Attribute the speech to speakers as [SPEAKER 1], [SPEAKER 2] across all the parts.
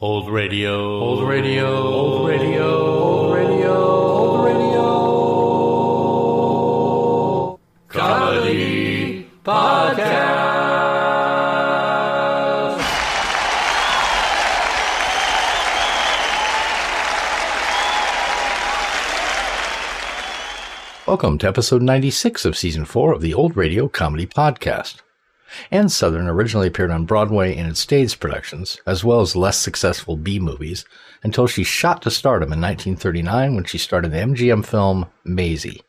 [SPEAKER 1] Old radio.
[SPEAKER 2] Old radio. Old radio. Old radio. Old radio.
[SPEAKER 1] Comedy
[SPEAKER 2] podcast.
[SPEAKER 3] Welcome to episode 96 of season 4 of the Old Radio Comedy Podcast. Anne Southern originally appeared on Broadway in its stage productions, as well as less successful B movies, until she shot to stardom in 1939 when she starred in the MGM film Maisie.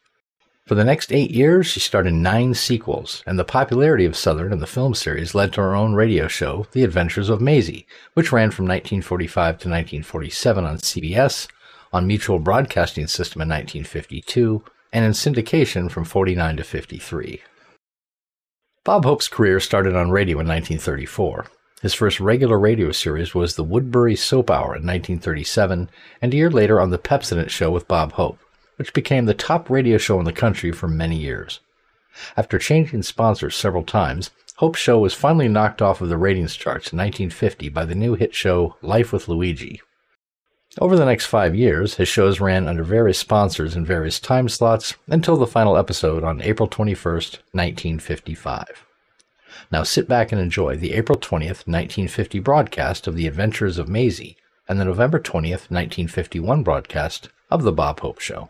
[SPEAKER 3] For the next eight years, she starred in nine sequels, and the popularity of Southern and the film series led to her own radio show, The Adventures of Maisie, which ran from 1945 to 1947 on CBS, on Mutual Broadcasting System in 1952, and in syndication from 49 to 53. Bob Hope's career started on radio in 1934. His first regular radio series was the Woodbury Soap Hour in 1937, and a year later on The Pepsodent Show with Bob Hope, which became the top radio show in the country for many years. After changing sponsors several times, Hope's show was finally knocked off of the ratings charts in 1950 by the new hit show Life with Luigi. Over the next five years, his shows ran under various sponsors in various time slots until the final episode on April 21st, 1955. Now sit back and enjoy the April 20th, 1950 broadcast of The Adventures of Maisie and the November 20th, 1951 broadcast of The Bob Hope Show.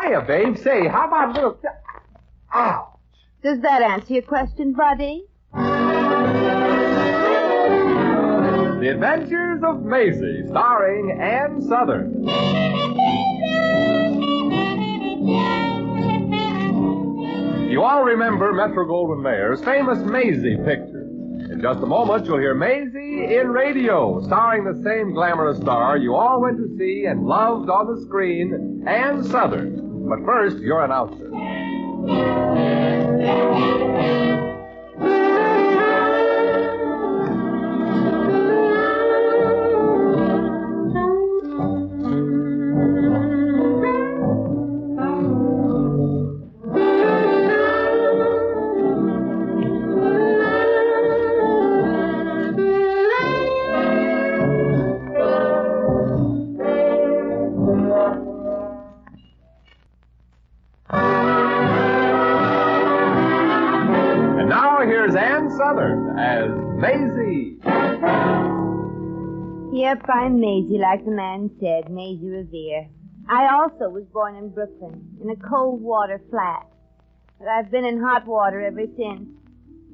[SPEAKER 4] Hiya, babe. Say, how about a little... T- Ow.
[SPEAKER 5] Does that answer your question, buddy?
[SPEAKER 4] The Adventures of Maisie, starring Ann Southern. You all remember Metro Goldwyn Mayer's famous Maisie picture. In just a moment, you'll hear Maisie in radio, starring the same glamorous star you all went to see and loved on the screen, Ann Southern. But first, your announcer. And now here's Ann Southern as Maisie.
[SPEAKER 5] Yep, I'm Maisie, like the man said, Maisie Revere. I also was born in Brooklyn, in a cold water flat. But I've been in hot water ever since.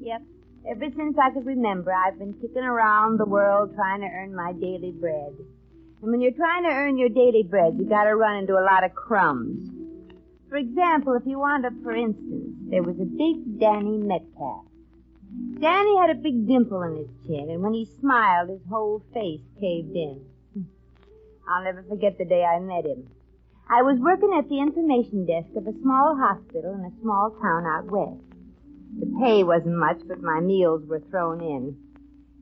[SPEAKER 5] Yep, ever since I could remember, I've been kicking around the world trying to earn my daily bread. And when you're trying to earn your daily bread, you gotta run into a lot of crumbs. For example, if you wound up, for instance, there was a big Danny Metcalf. Danny had a big dimple in his chin, and when he smiled, his whole face caved in. I'll never forget the day I met him. I was working at the information desk of a small hospital in a small town out west. The pay wasn't much, but my meals were thrown in.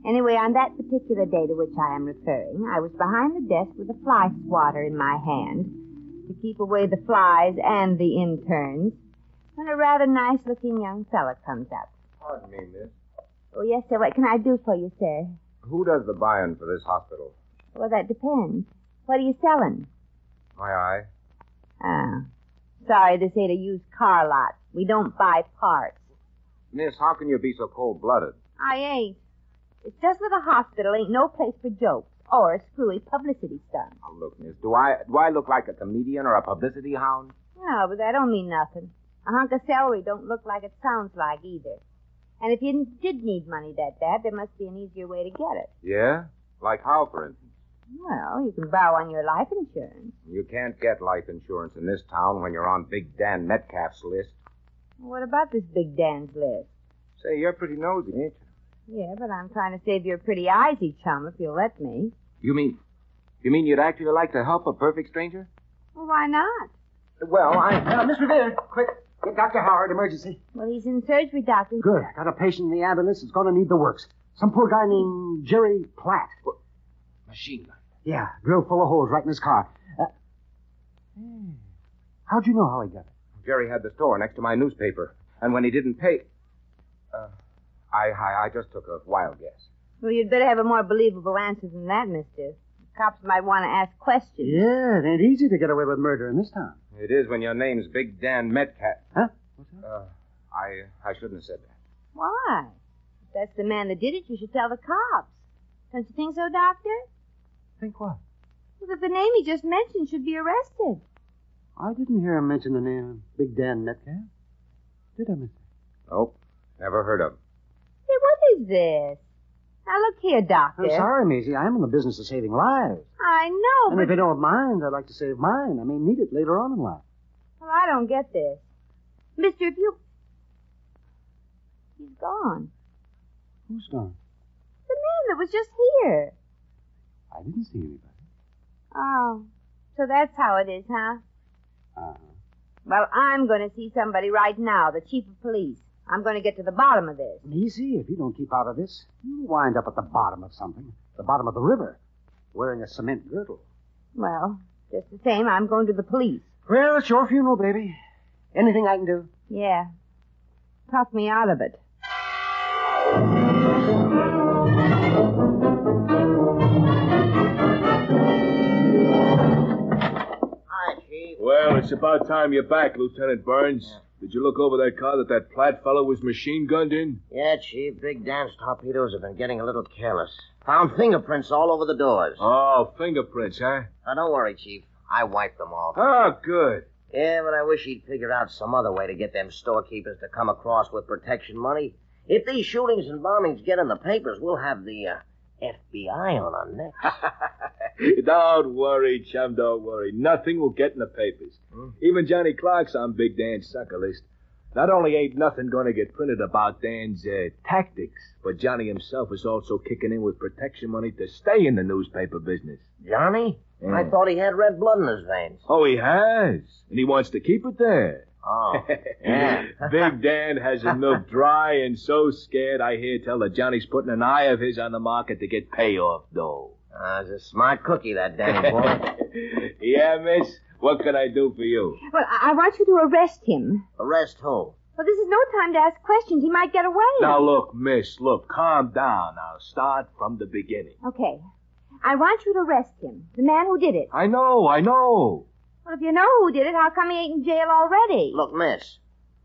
[SPEAKER 5] Anyway, on that particular day to which I am referring, I was behind the desk with a fly swatter in my hand to keep away the flies and the interns when a rather nice looking young fella comes up.
[SPEAKER 4] Pardon me, miss.
[SPEAKER 5] Oh, yes, sir. What can I do for you, sir?
[SPEAKER 4] Who does the buy-in for this hospital?
[SPEAKER 5] Well, that depends. What are you selling?
[SPEAKER 4] My eye.
[SPEAKER 5] Ah, sorry, this ain't a used car lot. We don't buy parts.
[SPEAKER 4] Miss, how can you be so cold-blooded?
[SPEAKER 5] I ain't. It's just that a hospital ain't no place for jokes or a screwy publicity stunt.
[SPEAKER 4] Now look, miss, do I do I look like a comedian or a publicity hound?
[SPEAKER 5] No, but that don't mean nothing. A hunk of celery don't look like it sounds like either. And if you did need money that bad, there must be an easier way to get it.
[SPEAKER 4] Yeah? Like how, for instance?
[SPEAKER 5] Well, you can borrow on your life insurance.
[SPEAKER 4] You can't get life insurance in this town when you're on Big Dan Metcalf's list.
[SPEAKER 5] What about this big Dan's list?
[SPEAKER 6] Say, you're pretty nosy, ain't you?
[SPEAKER 5] Yeah, but I'm trying to save your pretty eyesy chum if you'll let me.
[SPEAKER 6] You mean, you mean you'd actually like to help a perfect stranger?
[SPEAKER 5] Well, why not?
[SPEAKER 6] Well, I... Uh, Miss Revere, quick. Get Dr. Howard, emergency.
[SPEAKER 5] Well, he's in surgery, Doctor.
[SPEAKER 6] Good. Got a patient in the ambulance that's going to need the works. Some poor guy named Jerry Platt. Machine gun. Yeah, drill full of holes right in his car. Uh, how'd you know how he got it? Jerry had the store next to my newspaper, and when he didn't pay, uh, I, I I just took a wild guess.
[SPEAKER 5] Well, you'd better have a more believable answer than that, mister. Cops might want to ask questions.
[SPEAKER 7] Yeah, it ain't easy to get away with murder in this town.
[SPEAKER 6] It is when your name's Big Dan Metcalf.
[SPEAKER 7] Huh?
[SPEAKER 6] Uh, I I shouldn't have said that.
[SPEAKER 5] Why? If that's the man that did it, you should tell the cops. Don't you think so, Doctor?
[SPEAKER 7] Think what?
[SPEAKER 5] Well, that the name he just mentioned should be arrested.
[SPEAKER 7] I didn't hear him mention the name Big Dan Metcalf. Did I, Mister?
[SPEAKER 6] Nope, never heard of. him.
[SPEAKER 5] Say, what is this? Now, look here, Doctor.
[SPEAKER 7] I'm sorry, Maisie. I'm in the business of saving lives.
[SPEAKER 5] I know,
[SPEAKER 6] Oh,
[SPEAKER 7] and if
[SPEAKER 5] but...
[SPEAKER 7] you don't mind, I'd like to save mine. I may need it later on in life.
[SPEAKER 5] Well, I don't get this. Mister, if you... He's gone.
[SPEAKER 7] Who's gone?
[SPEAKER 5] The man that was just here.
[SPEAKER 7] I didn't see anybody.
[SPEAKER 5] Oh, so that's how it is, huh?
[SPEAKER 7] Uh-huh.
[SPEAKER 5] Well, I'm going to see somebody right now, the chief of police. I'm going to get to the bottom of this.
[SPEAKER 7] Maisie, if you don't keep out of this, you'll wind up at the bottom of something. The bottom of the river. Wearing a cement girdle.
[SPEAKER 5] Well, just the same, I'm going to the police.
[SPEAKER 7] Well, it's your funeral, baby. Anything I can do?
[SPEAKER 5] Yeah. Talk me out of it.
[SPEAKER 8] Well, it's about time you're back, Lieutenant Burns. Did you look over that car that that Platt fellow was machine gunned in?
[SPEAKER 9] Yeah, Chief, Big Dan's torpedoes have been getting a little careless. Found fingerprints all over the doors.
[SPEAKER 8] Oh, fingerprints, huh?
[SPEAKER 9] Now, don't worry, Chief. I wiped them off.
[SPEAKER 8] Oh, good.
[SPEAKER 9] Yeah, but I wish he'd figure out some other way to get them storekeepers to come across with protection money. If these shootings and bombings get in the papers, we'll have the uh, FBI on our necks.
[SPEAKER 8] Don't worry, chum, don't worry. Nothing will get in the papers. Even Johnny Clark's on Big Dan's sucker list. Not only ain't nothing going to get printed about Dan's uh, tactics, but Johnny himself is also kicking in with protection money to stay in the newspaper business.
[SPEAKER 9] Johnny?
[SPEAKER 8] Yeah.
[SPEAKER 9] I thought he had red blood in his veins.
[SPEAKER 8] Oh, he has, and he wants to keep it there.
[SPEAKER 9] Oh, yeah.
[SPEAKER 8] Big Dan has enough dry and so scared, I hear tell that Johnny's putting an eye of his on the market to get payoff dough.
[SPEAKER 9] Uh, he's a smart cookie, that Danny boy.
[SPEAKER 8] yeah, miss, what can I do for you?
[SPEAKER 5] Well, I, I want you to arrest him.
[SPEAKER 9] Arrest who?
[SPEAKER 5] Well, this is no time to ask questions. He might get away.
[SPEAKER 8] Now, look, miss, look, calm down. I'll start from the beginning.
[SPEAKER 5] Okay. I want you to arrest him, the man who did it.
[SPEAKER 8] I know, I know.
[SPEAKER 5] Well, if you know who did it, how come he ain't in jail already?
[SPEAKER 9] Look, miss.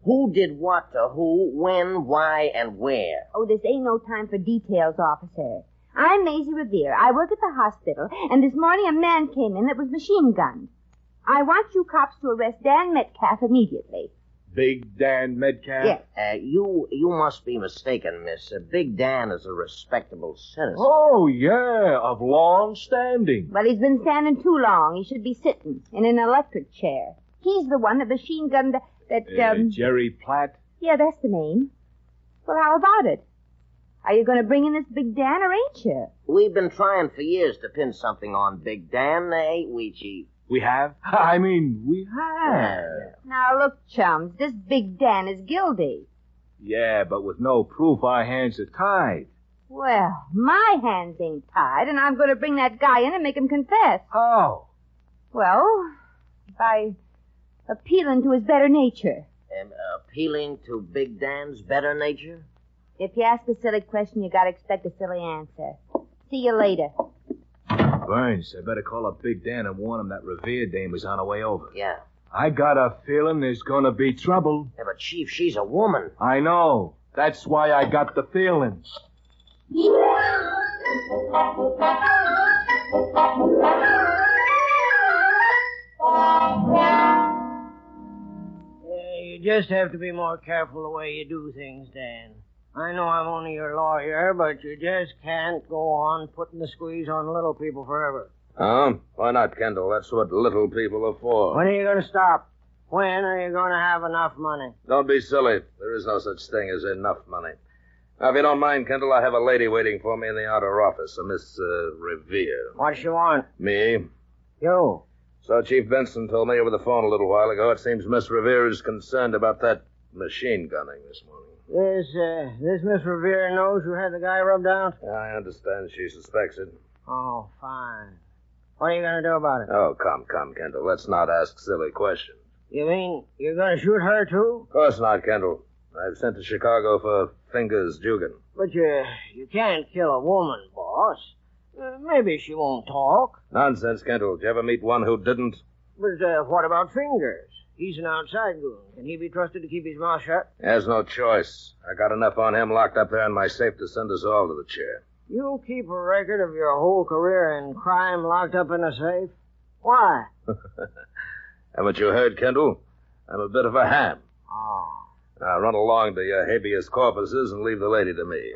[SPEAKER 9] Who did what to who, when, why, and where?
[SPEAKER 5] Oh, this ain't no time for details, officer. I'm Maisie Revere. I work at the hospital, and this morning a man came in that was machine gunned. I want you cops to arrest Dan Metcalf immediately.
[SPEAKER 8] Big Dan Metcalf?
[SPEAKER 5] Yes.
[SPEAKER 9] Uh, you you must be mistaken, miss. Uh, Big Dan is a respectable citizen.
[SPEAKER 8] Oh, yeah, of long standing.
[SPEAKER 5] Well, he's been standing too long. He should be sitting in an electric chair. He's the one that machine gunned the, that, um,
[SPEAKER 8] Uh, Jerry Platt?
[SPEAKER 5] yeah, that's the name. Well, how about it? Are you going to bring in this big Dan or ain't you?
[SPEAKER 9] We've been trying for years to pin something on Big Dan, eh, ain't we, Chief?
[SPEAKER 8] We have? I mean, we have.
[SPEAKER 5] Now, look, chums, this big Dan is guilty.
[SPEAKER 8] Yeah, but with no proof, our hands are tied.
[SPEAKER 5] Well, my hands ain't tied, and I'm going to bring that guy in and make him confess.
[SPEAKER 8] How?
[SPEAKER 5] Well, by appealing to his better nature.
[SPEAKER 9] And uh, appealing to Big Dan's better nature?
[SPEAKER 5] If you ask a silly question, you got to expect a silly answer. See you later.
[SPEAKER 8] Burns, I better call up Big Dan and warn him that Revere Dame is on her way over.
[SPEAKER 9] Yeah.
[SPEAKER 8] I got a feeling there's gonna be trouble.
[SPEAKER 9] Yeah, but Chief, she's a woman.
[SPEAKER 8] I know. That's why I got the feeling.
[SPEAKER 10] Yeah, you just have to be more careful the way you do things, Dan. I know I'm only your lawyer, but you just can't go on putting the squeeze on little people forever.
[SPEAKER 11] Um,
[SPEAKER 6] Huh? Why not, Kendall? That's what little people are for.
[SPEAKER 10] When are you going to stop? When are you going to have enough money?
[SPEAKER 11] Don't be silly. There is no such thing as enough money. Now, if you don't mind, Kendall, I have a lady waiting for me in the outer office, a Miss uh, Revere.
[SPEAKER 10] What you want?
[SPEAKER 11] Me?
[SPEAKER 10] You.
[SPEAKER 11] So Chief Benson told me over the phone a little while ago. It seems Miss Revere is concerned about that machine gunning this morning.
[SPEAKER 10] This, uh, this Miss Revere knows you had the guy rubbed out?
[SPEAKER 11] I understand she suspects it.
[SPEAKER 10] Oh, fine. What are you going to do about it?
[SPEAKER 11] Oh, come, come, Kendall. Let's not ask silly questions.
[SPEAKER 10] You mean you're going to shoot her, too?
[SPEAKER 11] Of course not, Kendall. I've sent to Chicago for Fingers Dugan.
[SPEAKER 10] But you, you can't kill a woman, boss. Uh, maybe she won't talk.
[SPEAKER 11] Nonsense, Kendall. Did you ever meet one who didn't?
[SPEAKER 10] But uh, what about Fingers? He's an outside goon. Can he be trusted to keep his mouth shut?
[SPEAKER 11] He has no choice. I got enough on him locked up there in my safe to send us all to the chair.
[SPEAKER 10] You keep a record of your whole career in crime locked up in a safe? Why?
[SPEAKER 11] Haven't you heard, Kendall? I'm a bit of a ham.
[SPEAKER 10] Oh.
[SPEAKER 11] Now run along to your habeas corpuses and leave the lady to me.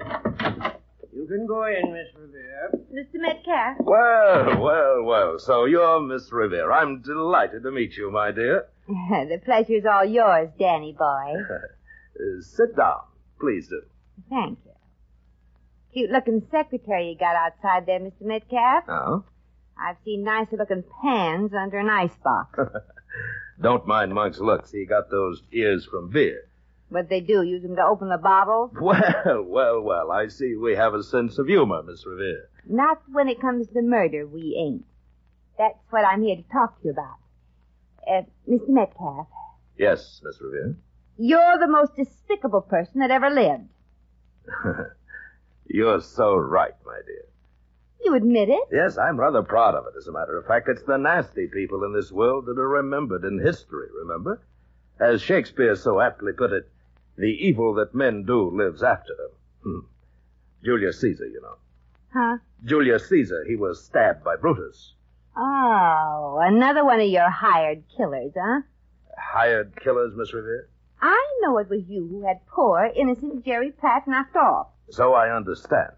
[SPEAKER 10] You can go in, Miss Revere.
[SPEAKER 5] Mr. Metcalf.
[SPEAKER 11] Well, well, well. So you're Miss Revere. I'm delighted to meet you, my dear.
[SPEAKER 5] the pleasure's all yours, Danny boy.
[SPEAKER 11] Uh, sit down, please do.
[SPEAKER 5] Thank you. Cute looking secretary you got outside there, Mr. Metcalf.
[SPEAKER 11] Oh?
[SPEAKER 5] I've seen nicer looking pans under an icebox.
[SPEAKER 11] Don't mind Monk's looks. He got those ears from beer.
[SPEAKER 5] what they do, use 'em to open the bottles?
[SPEAKER 11] Well, well, well. I see we have a sense of humor, Miss Revere.
[SPEAKER 5] Not when it comes to murder, we ain't. That's what I'm here to talk to you about. Uh, Mr. Metcalf,
[SPEAKER 11] Yes, Miss Revere.
[SPEAKER 5] you're the most despicable person that ever lived.
[SPEAKER 11] You're so right, my dear.
[SPEAKER 5] You admit it?
[SPEAKER 11] Yes, I'm rather proud of it, as a matter of fact. It's the nasty people in this world that are remembered in history, remember? As Shakespeare so aptly put it, the evil that men do lives after them. Hmm. Julius Caesar, you know.
[SPEAKER 5] Huh?
[SPEAKER 11] Julius Caesar, he was stabbed by Brutus.
[SPEAKER 5] Oh, another one of your hired killers, huh?
[SPEAKER 11] Hired killers, Miss Revere?
[SPEAKER 5] I know it was you who had poor, innocent Jerry Pratt knocked off.
[SPEAKER 11] So I understand.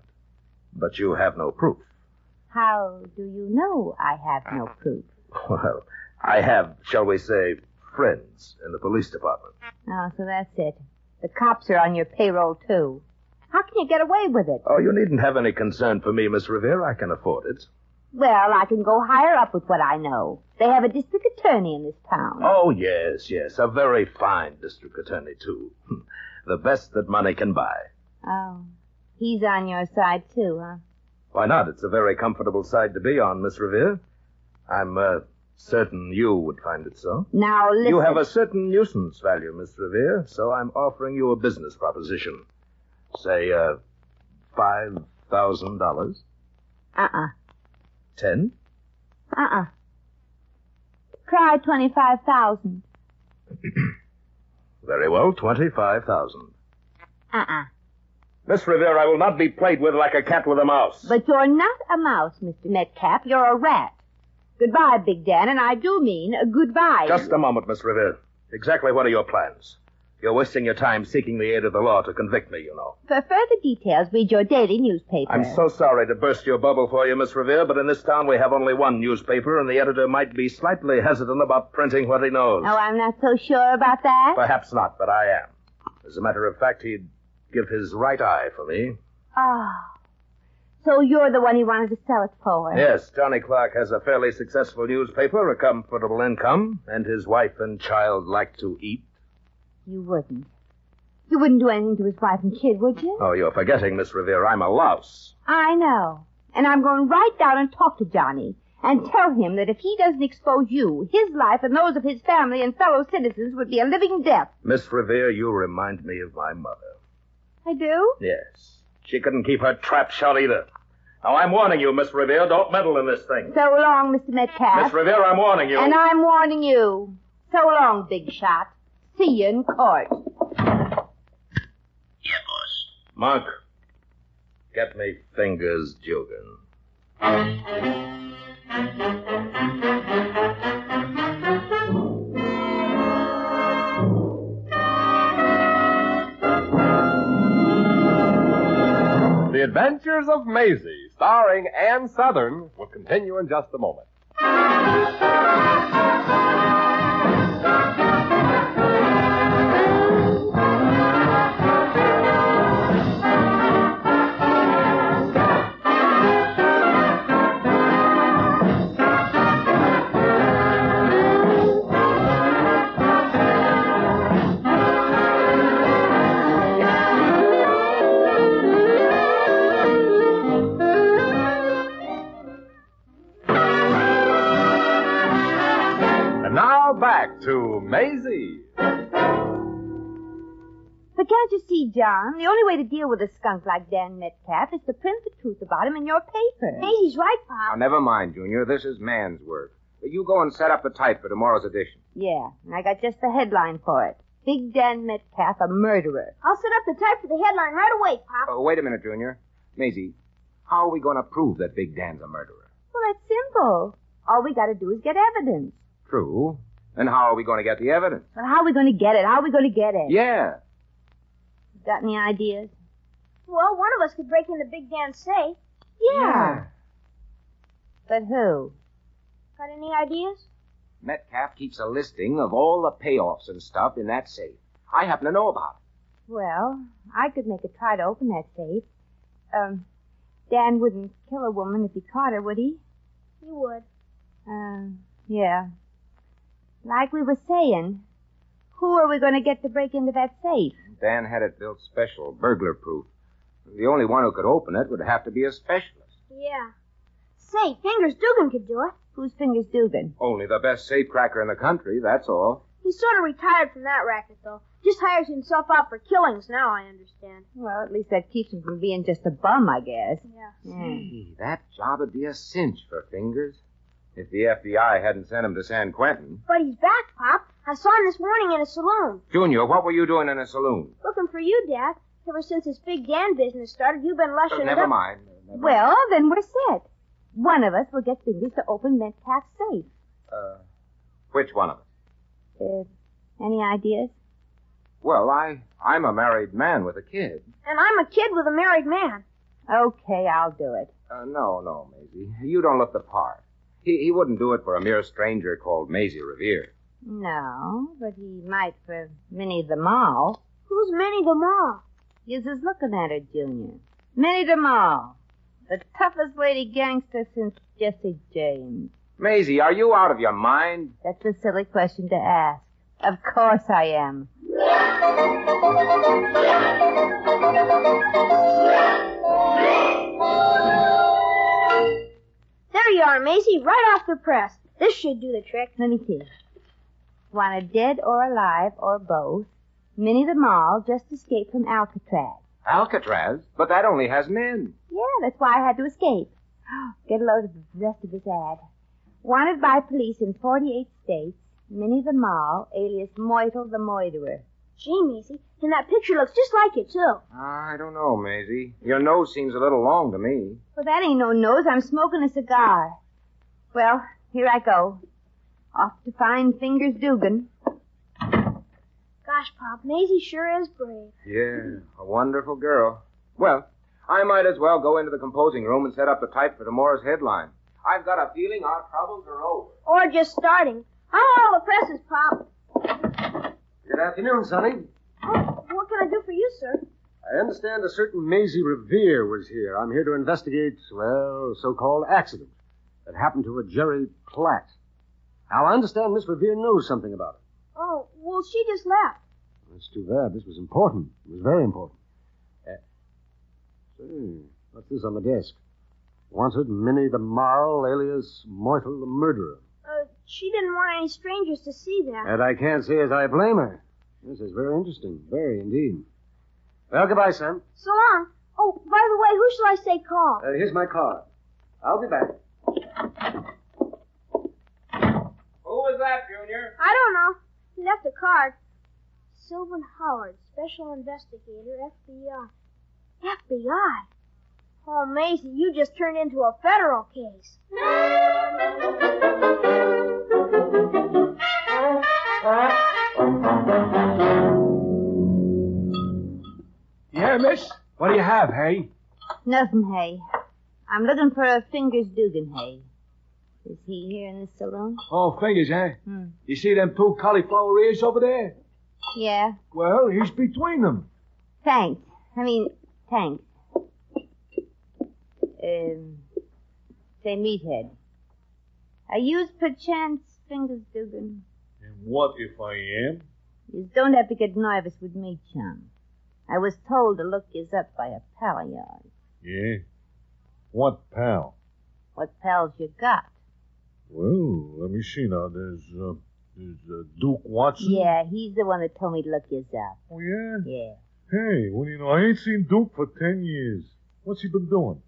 [SPEAKER 11] But you have no proof.
[SPEAKER 5] How do you know I have no
[SPEAKER 11] Uh-huh.
[SPEAKER 5] proof?
[SPEAKER 11] Well, I have, shall we say, friends in the police department.
[SPEAKER 5] Oh, so that's it. The cops are on your payroll, too. How can you get away with it?
[SPEAKER 11] Oh, you needn't have any concern for me, Miss Revere. I can afford it.
[SPEAKER 5] Well, I can go higher up with what I know. They have a district attorney in this town.
[SPEAKER 11] Oh, yes, yes. A very fine district attorney, too. Hmm. The best that money can buy.
[SPEAKER 5] Oh, he's on your side, too, huh?
[SPEAKER 11] Why not? It's a very comfortable side to be on, Miss Revere. I'm uh, certain you would find it so.
[SPEAKER 5] Now, listen.
[SPEAKER 11] You have a certain nuisance value, Miss Revere, so I'm offering you a business proposition. Say, uh, five thousand dollars?
[SPEAKER 5] Uh-uh.
[SPEAKER 11] Ten?
[SPEAKER 5] Uh-uh. Try 25,000.
[SPEAKER 11] Very well, twenty-five thousand.
[SPEAKER 5] Uh-uh.
[SPEAKER 11] Miss Revere, I will not be played with like a cat with a mouse.
[SPEAKER 5] But you're not a mouse, Mr. Metcalf. You're a rat. Goodbye, Big Dan, and I do mean a goodbye.
[SPEAKER 11] Just a moment, Miss Revere. Exactly what are your plans? You're wasting your time seeking the aid of the law to convict me, you know.
[SPEAKER 5] For further details, read your daily newspaper.
[SPEAKER 11] I'm so sorry to burst your bubble for you, Miss Revere, but in this town we have only one newspaper, and the editor might be slightly hesitant about printing what he knows.
[SPEAKER 5] Oh, I'm not so sure about that.
[SPEAKER 11] Perhaps not, but I am. As a matter of fact, he'd give his right eye for me.
[SPEAKER 5] Oh. So you're the one he wanted to sell it for.
[SPEAKER 11] Yes, Johnny Clark has a fairly successful newspaper, a comfortable income, and his wife and child like to eat.
[SPEAKER 5] You wouldn't. You wouldn't do anything to his wife and kid, would you?
[SPEAKER 11] Oh, you're forgetting, Miss Revere, I'm a louse.
[SPEAKER 5] I know. And I'm going right down and talk to Johnny and tell him that if he doesn't expose you, his life and those of his family and fellow citizens would be a living death.
[SPEAKER 11] Miss Revere, you remind me of my mother.
[SPEAKER 5] I do?
[SPEAKER 11] Yes. She couldn't keep her trap shut either. Now, I'm warning you, Miss Revere, don't meddle in this thing.
[SPEAKER 5] So long, Mr. Metcalf.
[SPEAKER 11] Miss Revere, I'm warning you.
[SPEAKER 5] And I'm warning you. So long, Big Shot. See you in court.
[SPEAKER 11] Monk, get me fingers, Jugan.
[SPEAKER 4] The Adventures of Maisie, starring Ann Southern, will continue in just a moment.
[SPEAKER 5] But can't you see, John? The only way to deal with a skunk like Dan Metcalf is to print the truth about him in your paper. Maisie's right, Pop.
[SPEAKER 12] Now, never mind, Junior. This is man's work. You go and set up the type for tomorrow's edition.
[SPEAKER 5] Yeah, and I got just the headline for it. Big Dan Metcalf, a murderer.
[SPEAKER 13] I'll set up the type for the headline right away, Pop.
[SPEAKER 12] Oh, wait a minute, Junior. Maisie, how are we going to prove that Big Dan's a murderer?
[SPEAKER 5] Well, that's simple. All we gotta do is get evidence.
[SPEAKER 12] True. And how are we going to get the evidence?
[SPEAKER 5] Well, how are we gonna get it? How are we gonna get it?
[SPEAKER 12] Yeah.
[SPEAKER 5] Got any ideas?
[SPEAKER 13] Well, one of us could break into Big Dan's safe.
[SPEAKER 5] Yeah. But who?
[SPEAKER 13] Got any ideas?
[SPEAKER 12] Metcalf keeps a listing of all the payoffs and stuff in that safe. I happen to know about
[SPEAKER 5] Well, I could make a try to open that safe. Um, Dan wouldn't kill a woman if he caught her, would he?
[SPEAKER 13] You would.
[SPEAKER 5] Uh, yeah. Like we were saying, who are we going to get to break into that safe?
[SPEAKER 12] it. Dan had it built special, burglar proof. The only one who could open it would have to be a specialist.
[SPEAKER 13] Yeah. Say, Fingers Dugan could do it.
[SPEAKER 5] Whose fingers Dugan?
[SPEAKER 12] Only the best safe cracker in the country, that's all.
[SPEAKER 13] He's sort of retired from that racket, though. Just hires himself out for killings now, I understand.
[SPEAKER 5] Well, at least that keeps him from being just a bum, I guess.
[SPEAKER 13] Yeah.
[SPEAKER 12] Gee, that job would be a cinch for Fingers. If the FBI hadn't sent him to San Quentin.
[SPEAKER 13] But he's back, Pop. I saw him this morning in a saloon.
[SPEAKER 12] Junior, what were you doing in a saloon?
[SPEAKER 13] Looking for you, Dad. Ever since this Big Dan business started, you've been lushing
[SPEAKER 12] Uh,
[SPEAKER 13] it
[SPEAKER 12] never
[SPEAKER 13] up.
[SPEAKER 12] mind.
[SPEAKER 5] Well, then we're set. One of us will get fingers to open Metcalf's safe.
[SPEAKER 12] Uh, which one of us?
[SPEAKER 5] Uh, any ideas?
[SPEAKER 12] Well, I, I'm a married man with a kid.
[SPEAKER 13] And I'm a kid with a married man.
[SPEAKER 5] Okay, I'll do it.
[SPEAKER 12] Uh, no, no, Maisie. You don't look the part. He, he wouldn't do it for a mere stranger called Maisie Revere.
[SPEAKER 5] No, but he might for Minnie the Mall.
[SPEAKER 13] Who's Minnie the Mall?
[SPEAKER 5] He's just looking at her, Junior. Minnie the Mall. The toughest lady gangster since Jesse James.
[SPEAKER 12] Maisie, are you out of your mind?
[SPEAKER 5] That's a silly question to ask. Of course I am.
[SPEAKER 13] There you are, Macy, right off the press. This should do the trick.
[SPEAKER 5] Let me see. Wanted dead or alive or both. Minnie the Mall just escaped from Alcatraz.
[SPEAKER 12] Alcatraz? But that only has men.
[SPEAKER 5] Yeah, that's why I had to escape. Get a load of the rest of this ad. Wanted by police in 48 states, Minnie the Mall, alias Moitle the Moiterer.
[SPEAKER 13] Gee, Macy, and that picture looks just like it, too.
[SPEAKER 12] I don't know, Maisie. Your nose seems a little long to me.
[SPEAKER 5] Well, that ain't no nose. I'm smoking a cigar. Well, here I go. Off to find Fingers Dugan.
[SPEAKER 13] Gosh, Pop, Maisie sure is brave.
[SPEAKER 12] Yeah, a wonderful girl. Well, I might as well go into the composing room and set up the type for tomorrow's headline. I've got a feeling our troubles are over.
[SPEAKER 13] Or just starting. I'm all the presses, Pop.
[SPEAKER 14] Good afternoon, Sonny.
[SPEAKER 13] What can I do for you, sir?
[SPEAKER 14] I understand a certain Maisie Revere was here. I'm here to investigate, well, so-called accident that happened to a Jerry Platt. Now, I understand Miss Revere knows something about it.
[SPEAKER 13] Oh, well, she just left.
[SPEAKER 14] That's too bad. This was important. It was very important. Uh, say, what's this on the desk? Wanted Minnie the Marl, alias Moitle the Murderer.
[SPEAKER 13] Uh, she didn't want any strangers to see that.
[SPEAKER 14] That I can't say as I blame her. This is very interesting. Very indeed. Well, goodbye, son.
[SPEAKER 13] So long. Oh, by the way, who shall I say call?
[SPEAKER 14] Uh, here's my card. I'll be back.
[SPEAKER 12] Who was that, Junior?
[SPEAKER 13] I don't know. He left a card. Sylvan Howard, Special Investigator, FBI. FBI? Oh, Maisie, you just turned into a federal case.
[SPEAKER 8] Yeah, miss? What do you have, hey?
[SPEAKER 5] Nothing, Hay. I'm looking for a Fingers Dugan, Hay. Is he here in the saloon?
[SPEAKER 8] Oh, fingers, eh?
[SPEAKER 5] Hmm.
[SPEAKER 8] You see them two cauliflower ears over there?
[SPEAKER 5] Yeah.
[SPEAKER 8] Well, he's between them.
[SPEAKER 5] Thanks. I mean, thanks. Um, say, meathead. Are you perchance Fingers Dugan?
[SPEAKER 15] And what if I am?
[SPEAKER 5] You don't have to get nervous with me, chum. I was told to look yous up by a pal of yours.
[SPEAKER 15] Yeah. What pal?
[SPEAKER 5] What pals you got?
[SPEAKER 15] Well, let me see now. There's uh, there's uh, Duke Watson.
[SPEAKER 5] Yeah, he's the one that told me to look yous up.
[SPEAKER 15] Oh, yeah?
[SPEAKER 5] Yeah.
[SPEAKER 15] Hey, what do you know? I ain't seen Duke for ten years. What's he been doing?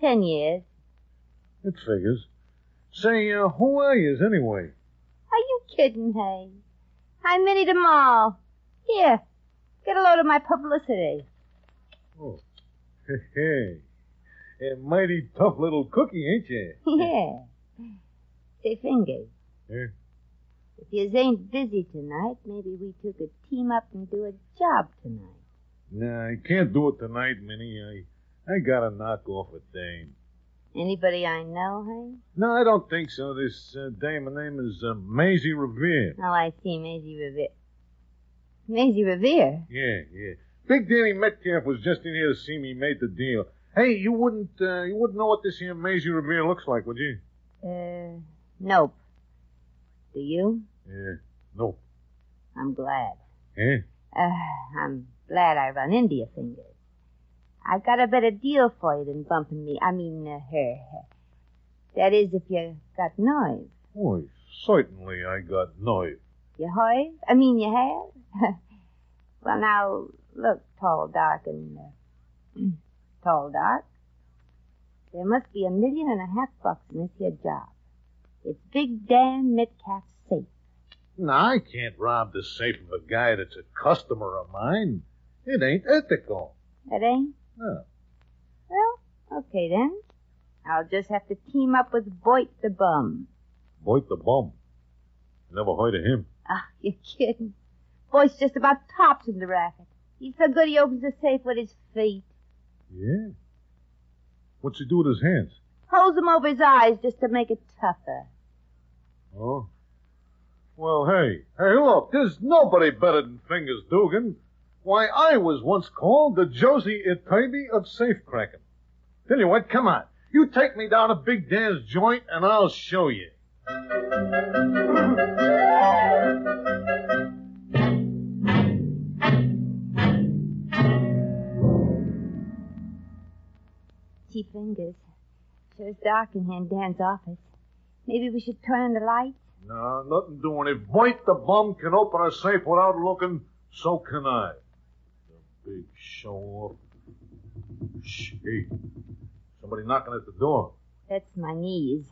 [SPEAKER 5] Ten years.
[SPEAKER 15] It figures. Say, uh, who are yous anyway?
[SPEAKER 5] Are you kidding, Hay? I minnied 'em all. Here, get a load of my publicity.
[SPEAKER 15] Oh, hey, hey. A mighty tough little cookie, ain't you?
[SPEAKER 5] yeah. Say, Fingers,
[SPEAKER 15] Yeah.
[SPEAKER 5] if yous ain't busy tonight, maybe we two could team up and do a job tonight.
[SPEAKER 15] Nah, I can't do it tonight, Minnie. I, I gotta knock off a dame.
[SPEAKER 5] Anybody I know, Hay?
[SPEAKER 15] No, I don't think so. This uh, dame, her name is uh, Maisie Revere.
[SPEAKER 5] Oh, I see, Maisie Revere. Maisie Revere?
[SPEAKER 15] Yeah, yeah. Big Danny Metcalf was just in here to see me made the deal. Hey, you wouldn't uh, you wouldn't know what this here Maisie Revere looks like, would you?
[SPEAKER 5] Uh, nope. Do you?
[SPEAKER 15] Yeah. Nope.
[SPEAKER 5] I'm glad.
[SPEAKER 15] Eh?
[SPEAKER 5] Uh, I'm glad I run into your fingers. I got a better deal for you than bumping me. I mean, uh, her. That is, if you got knives.
[SPEAKER 15] Boy, certainly I got knife.
[SPEAKER 5] You have? I mean, you have? well, now, look, tall, dark, and uh, tall, dark. There must be a million and a half bucks in this here job. It's Big Dan Metcalf's safe.
[SPEAKER 15] No, I can't rob the safe of a guy that's a customer of mine. It ain't ethical.
[SPEAKER 5] It ain't?
[SPEAKER 15] No.
[SPEAKER 5] Well, okay then. I'll just have to team up with Boyd the Bum.
[SPEAKER 15] Boyd the bum. Never heard of him.
[SPEAKER 5] Ah, you're kidding. Boyd's just about tops in the racket. He's so good he opens the safe with his feet.
[SPEAKER 15] Yeah. What's he do with his hands?
[SPEAKER 5] Holds 'em over his eyes just to make it tougher.
[SPEAKER 15] Oh. Well, hey, hey, look, there's nobody better than Fingers Dugan. Why, I was once called the Josie Itaby of safecracking. Tell you what, come on. You take me down to Big Dan's joint, and I'll show you.
[SPEAKER 5] Gee, fingers. Sure it's dark in here in Dan's office. Maybe we should turn on the lights.
[SPEAKER 15] No, nothing doing. If Boink the bum can open a safe without looking, so can I. The big show up. Shh, hey, somebody knocking at the door.
[SPEAKER 5] That's my knees.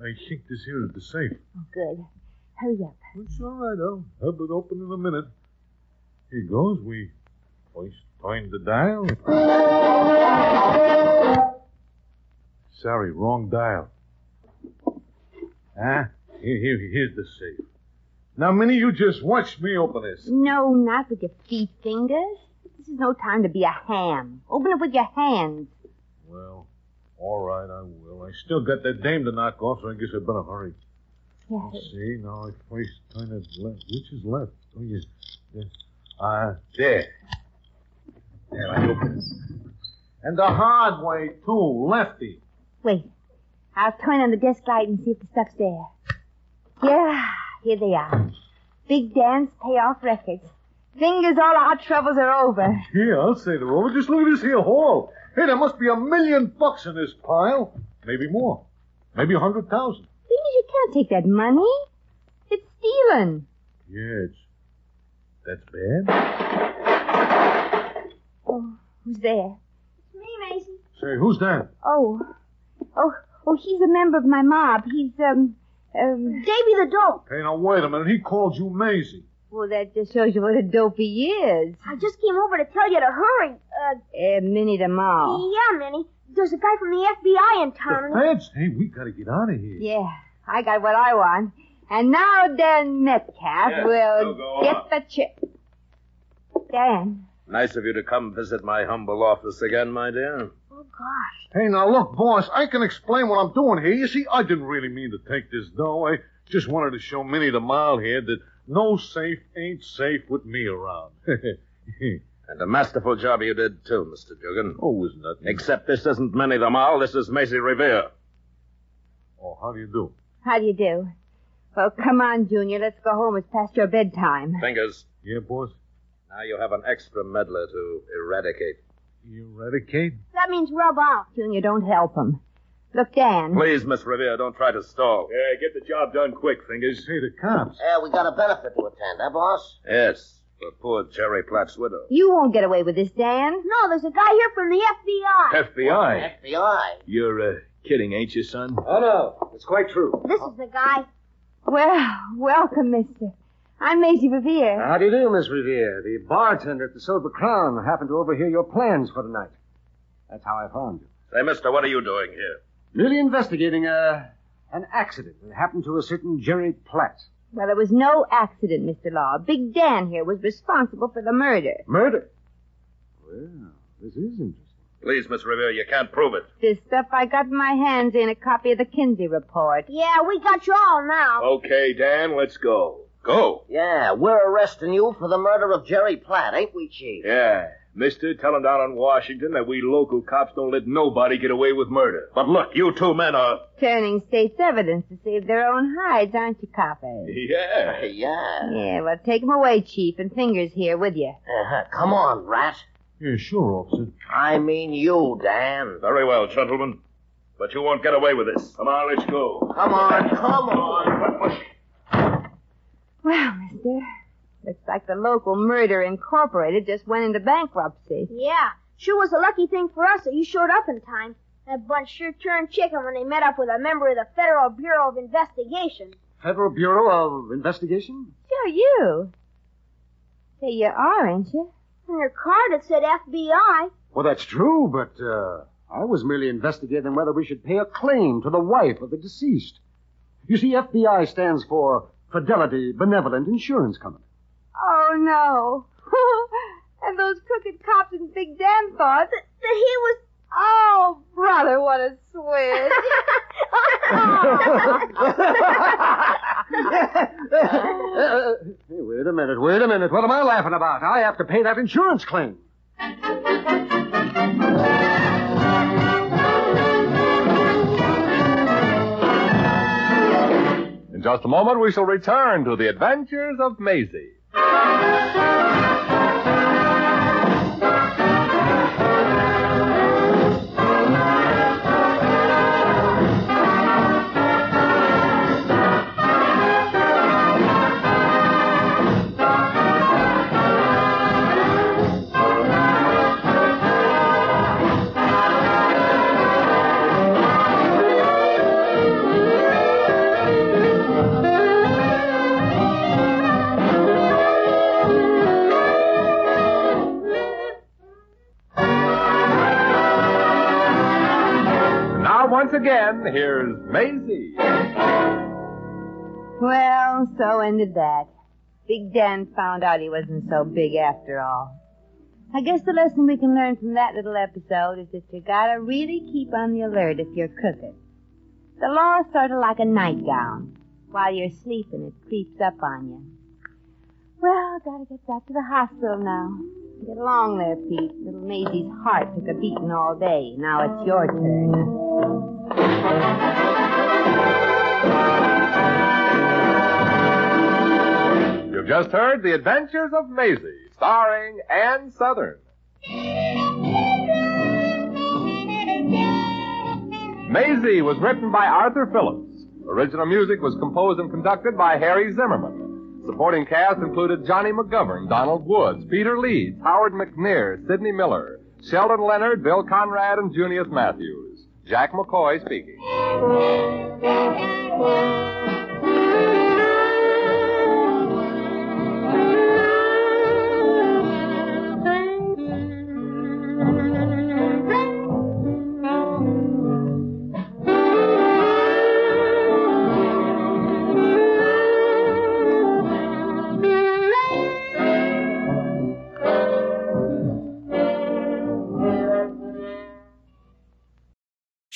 [SPEAKER 15] I think this here is the safe.
[SPEAKER 5] Oh, good. Hurry up.
[SPEAKER 15] It's all right, I'll have it open in a minute. Here goes. We first time the dial. Sorry, wrong dial. Ah, here, here, here's the safe. Now, Minnie, you just watch me open this.
[SPEAKER 5] No, not with your feet fingers. This is no time to be a ham. Open it with your hands.
[SPEAKER 15] Well, all right, I will. I still got that dame to knock off, so I guess I better hurry.
[SPEAKER 5] Yeah.
[SPEAKER 15] Let's see, now I place kind of left. Which is left? Oh, yes. yes. Uh, there. There, I open it. And the hard way, too, lefty.
[SPEAKER 5] Wait. I'll turn on the desk light and see if the stuff's there. Yeah, here they are. Big Dan's payoff records. Fingers, all our troubles are over.
[SPEAKER 15] Here, I'll say the rover. Just look at this here haul. Hey, there must be a million bucks in this pile. Maybe more. Maybe a hundred thousand.
[SPEAKER 5] Fingers, you can't take that money. It's stealing.
[SPEAKER 15] Yes. That's bad.
[SPEAKER 5] Oh, who's there?
[SPEAKER 13] It's me, Maisie.
[SPEAKER 15] Say, who's that?
[SPEAKER 5] Oh, oh, oh, he's a member of my mob. He's, um, um.
[SPEAKER 13] Davy the dope.
[SPEAKER 15] Hey, now wait a minute. He called you Maisie.
[SPEAKER 5] Well, that just shows you what a dope he is.
[SPEAKER 13] I just came over to tell you to hurry. Uh,
[SPEAKER 5] Uh, Minnie the Mall.
[SPEAKER 13] yeah, Minnie. There's a guy from the FBI in town.
[SPEAKER 15] The feds? Hey, we gotta get out of here.
[SPEAKER 5] Yeah, I got what I want. And now Dan Metcalf
[SPEAKER 11] Yes,
[SPEAKER 5] will
[SPEAKER 11] so go
[SPEAKER 5] get
[SPEAKER 11] on.
[SPEAKER 5] the check. Dan,
[SPEAKER 11] Nice of you to come visit my humble office again, my dear.
[SPEAKER 13] Oh, gosh.
[SPEAKER 15] Hey, now look, boss, I can explain what I'm doing here. You see, I didn't really mean to take this dough. I just wanted to show Minnie the mile here that no safe ain't safe with me around.
[SPEAKER 11] And a masterful job you did, too, Mr. Dugan.
[SPEAKER 15] oh, isn't that?
[SPEAKER 11] Except this isn't Minnie the Mall, this is Maisie Revere.
[SPEAKER 15] Oh, how do you do?
[SPEAKER 5] how do you do? Well, come on, Junior. Let's go home. It's past your bedtime.
[SPEAKER 11] Fingers.
[SPEAKER 15] Yeah, boss?
[SPEAKER 11] Now you have an extra meddler to eradicate.
[SPEAKER 15] Eradicate?
[SPEAKER 13] That means rub out.
[SPEAKER 5] Junior, don't help him. Look, Dan.
[SPEAKER 11] Please, Miss Revere, don't try to stall.
[SPEAKER 8] Yeah, get the job done quick, Fingers.
[SPEAKER 15] Hey, the cops.
[SPEAKER 9] Yeah, we got a benefit to attend, huh, boss?
[SPEAKER 11] Yes. for poor Jerry Platt's widow.
[SPEAKER 5] You won't get away with this, Dan.
[SPEAKER 13] No, there's a guy here from the FBI.
[SPEAKER 11] FBI.
[SPEAKER 9] FBI.
[SPEAKER 11] You're uh, kidding, ain't you, son?
[SPEAKER 6] Oh, no. It's quite true.
[SPEAKER 13] This is the guy.
[SPEAKER 5] Well, welcome, mister. I'm Maisie Revere.
[SPEAKER 6] How do you do, Miss Revere? The bartender at the Silver Crown happened to overhear your plans for tonight. That's how I found you.
[SPEAKER 11] Say, mister, what are you doing here?
[SPEAKER 6] Merely investigating
[SPEAKER 14] uh,
[SPEAKER 6] a, an accident that happened to a certain Jerry Platt.
[SPEAKER 5] Well, it was no accident, Mr. Law. Big Dan here was responsible for the murder.
[SPEAKER 6] Murder? Well, this is interesting.
[SPEAKER 11] Please, Miss Revere, you can't prove it.
[SPEAKER 5] This stuff I got my hands in, a copy of the Kinsey report.
[SPEAKER 13] Yeah, we got you all now.
[SPEAKER 11] Okay, Dan, let's go. Go.
[SPEAKER 9] Yeah, we're arresting you for the murder of Jerry Platt, ain't we, Chief?
[SPEAKER 11] Yeah. Mister, tell 'em down in Washington that we local cops don't let nobody get away with murder. But look, you two men are.
[SPEAKER 5] Turning state's evidence to save their own hides, aren't you, copper?
[SPEAKER 11] Yeah.
[SPEAKER 9] Yeah.
[SPEAKER 5] Yeah, well, take 'em away, Chief, and Fingers here with you.
[SPEAKER 9] Uh-huh. Come on, rat.
[SPEAKER 15] Yeah, sure, officer.
[SPEAKER 9] I mean you, Dan.
[SPEAKER 11] Very well, gentlemen. But you won't get away with this. Come on, let's go.
[SPEAKER 9] Come on, come on.
[SPEAKER 5] Well, mister, looks like the local Murder Incorporated just went into bankruptcy.
[SPEAKER 13] Yeah, sure was a lucky thing for us that you showed up in time. That bunch sure turned chicken when they met up with a member of the Federal Bureau of Investigation.
[SPEAKER 6] Federal Bureau of Investigation?
[SPEAKER 5] Sure, you. Say, you are, ain't you?
[SPEAKER 13] On your card it said FBI.
[SPEAKER 6] Well, that's true, but uh, I was merely investigating whether we should pay a claim to the wife of the deceased. You see, FBI stands for Fidelity Benevolent Insurance Company.
[SPEAKER 5] Oh, no. and those crooked cops in Big Dan thought that, that he was. Oh, brother, what a switch.
[SPEAKER 6] Uh, hey, wait a minute, wait a minute. What am I laughing about? I have to pay that insurance claim.
[SPEAKER 4] In just a moment, we shall return to the adventures of Maisie. Now, once again, here's Maisie.
[SPEAKER 5] well, so ended that. Big Dan found out he wasn't so big after all. I guess the lesson we can learn from that little episode is that you gotta really keep on the alert if you're cooking. The law's sort of like a nightgown. While you're sleeping, it creeps up on you. Well, gotta get back to the hospital now. Get along there, Pete. Little Maisie's heart took a beating all day. Now it's your turn.
[SPEAKER 4] You've just heard The Adventures of Maisie, starring Ann Southern. Maisie was written by Arthur Phillips. Original music was composed and conducted by Harry Zimmerman. Supporting cast included Johnny McGovern, Donald Woods, Peter Leeds, Howard McNair, Sidney Miller, Sheldon Leonard, Bill Conrad, and Junius Matthews. Jack McCoy speaking.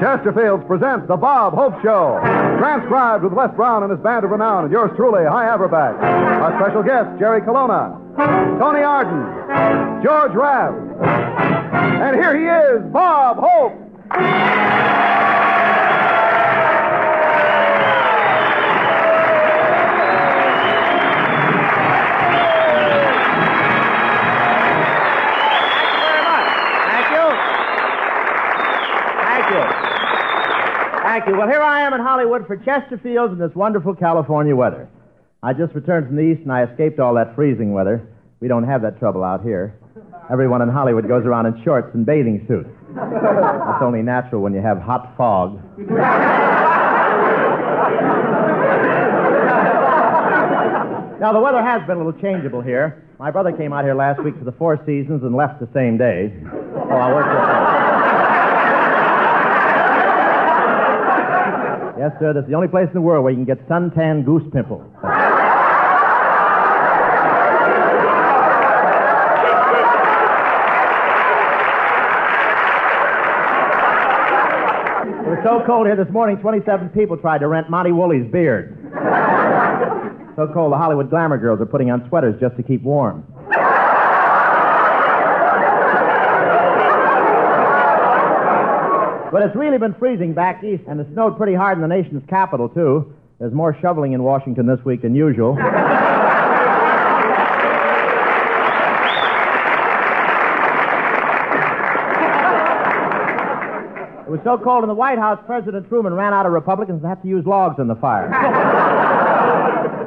[SPEAKER 16] Chesterfields presents the Bob Hope Show, transcribed with Wes Brown and his band of renown, and yours truly, High Averback. Our special guest, Jerry Colonna, Tony Arden, George Rabb, and here he is, Bob Hope.
[SPEAKER 17] Thank you. Thank you. Thank you. Well, here I am in Hollywood for Chesterfields in this wonderful California weather. I just returned from the east and I escaped all that freezing weather. We don't have that trouble out here. Everyone in Hollywood goes around in shorts and bathing suits. That's only natural when you have hot fog. Now, the weather has been a little changeable here. My brother came out here last week for the Four Seasons and left the same day. Oh, I worked with Yes, sir, that's the only place in the world where you can get suntan goose pimple. It was so cold here this morning, 27 people tried to rent Monty Woolley's beard. So cold, the Hollywood glamour girls are putting on sweaters just to keep warm. But it's really been freezing back east, and it snowed pretty hard in the nation's capital, too. There's more shoveling in Washington this week than usual. It was so cold in the White House, President Truman ran out of Republicans and had to use logs in the fire.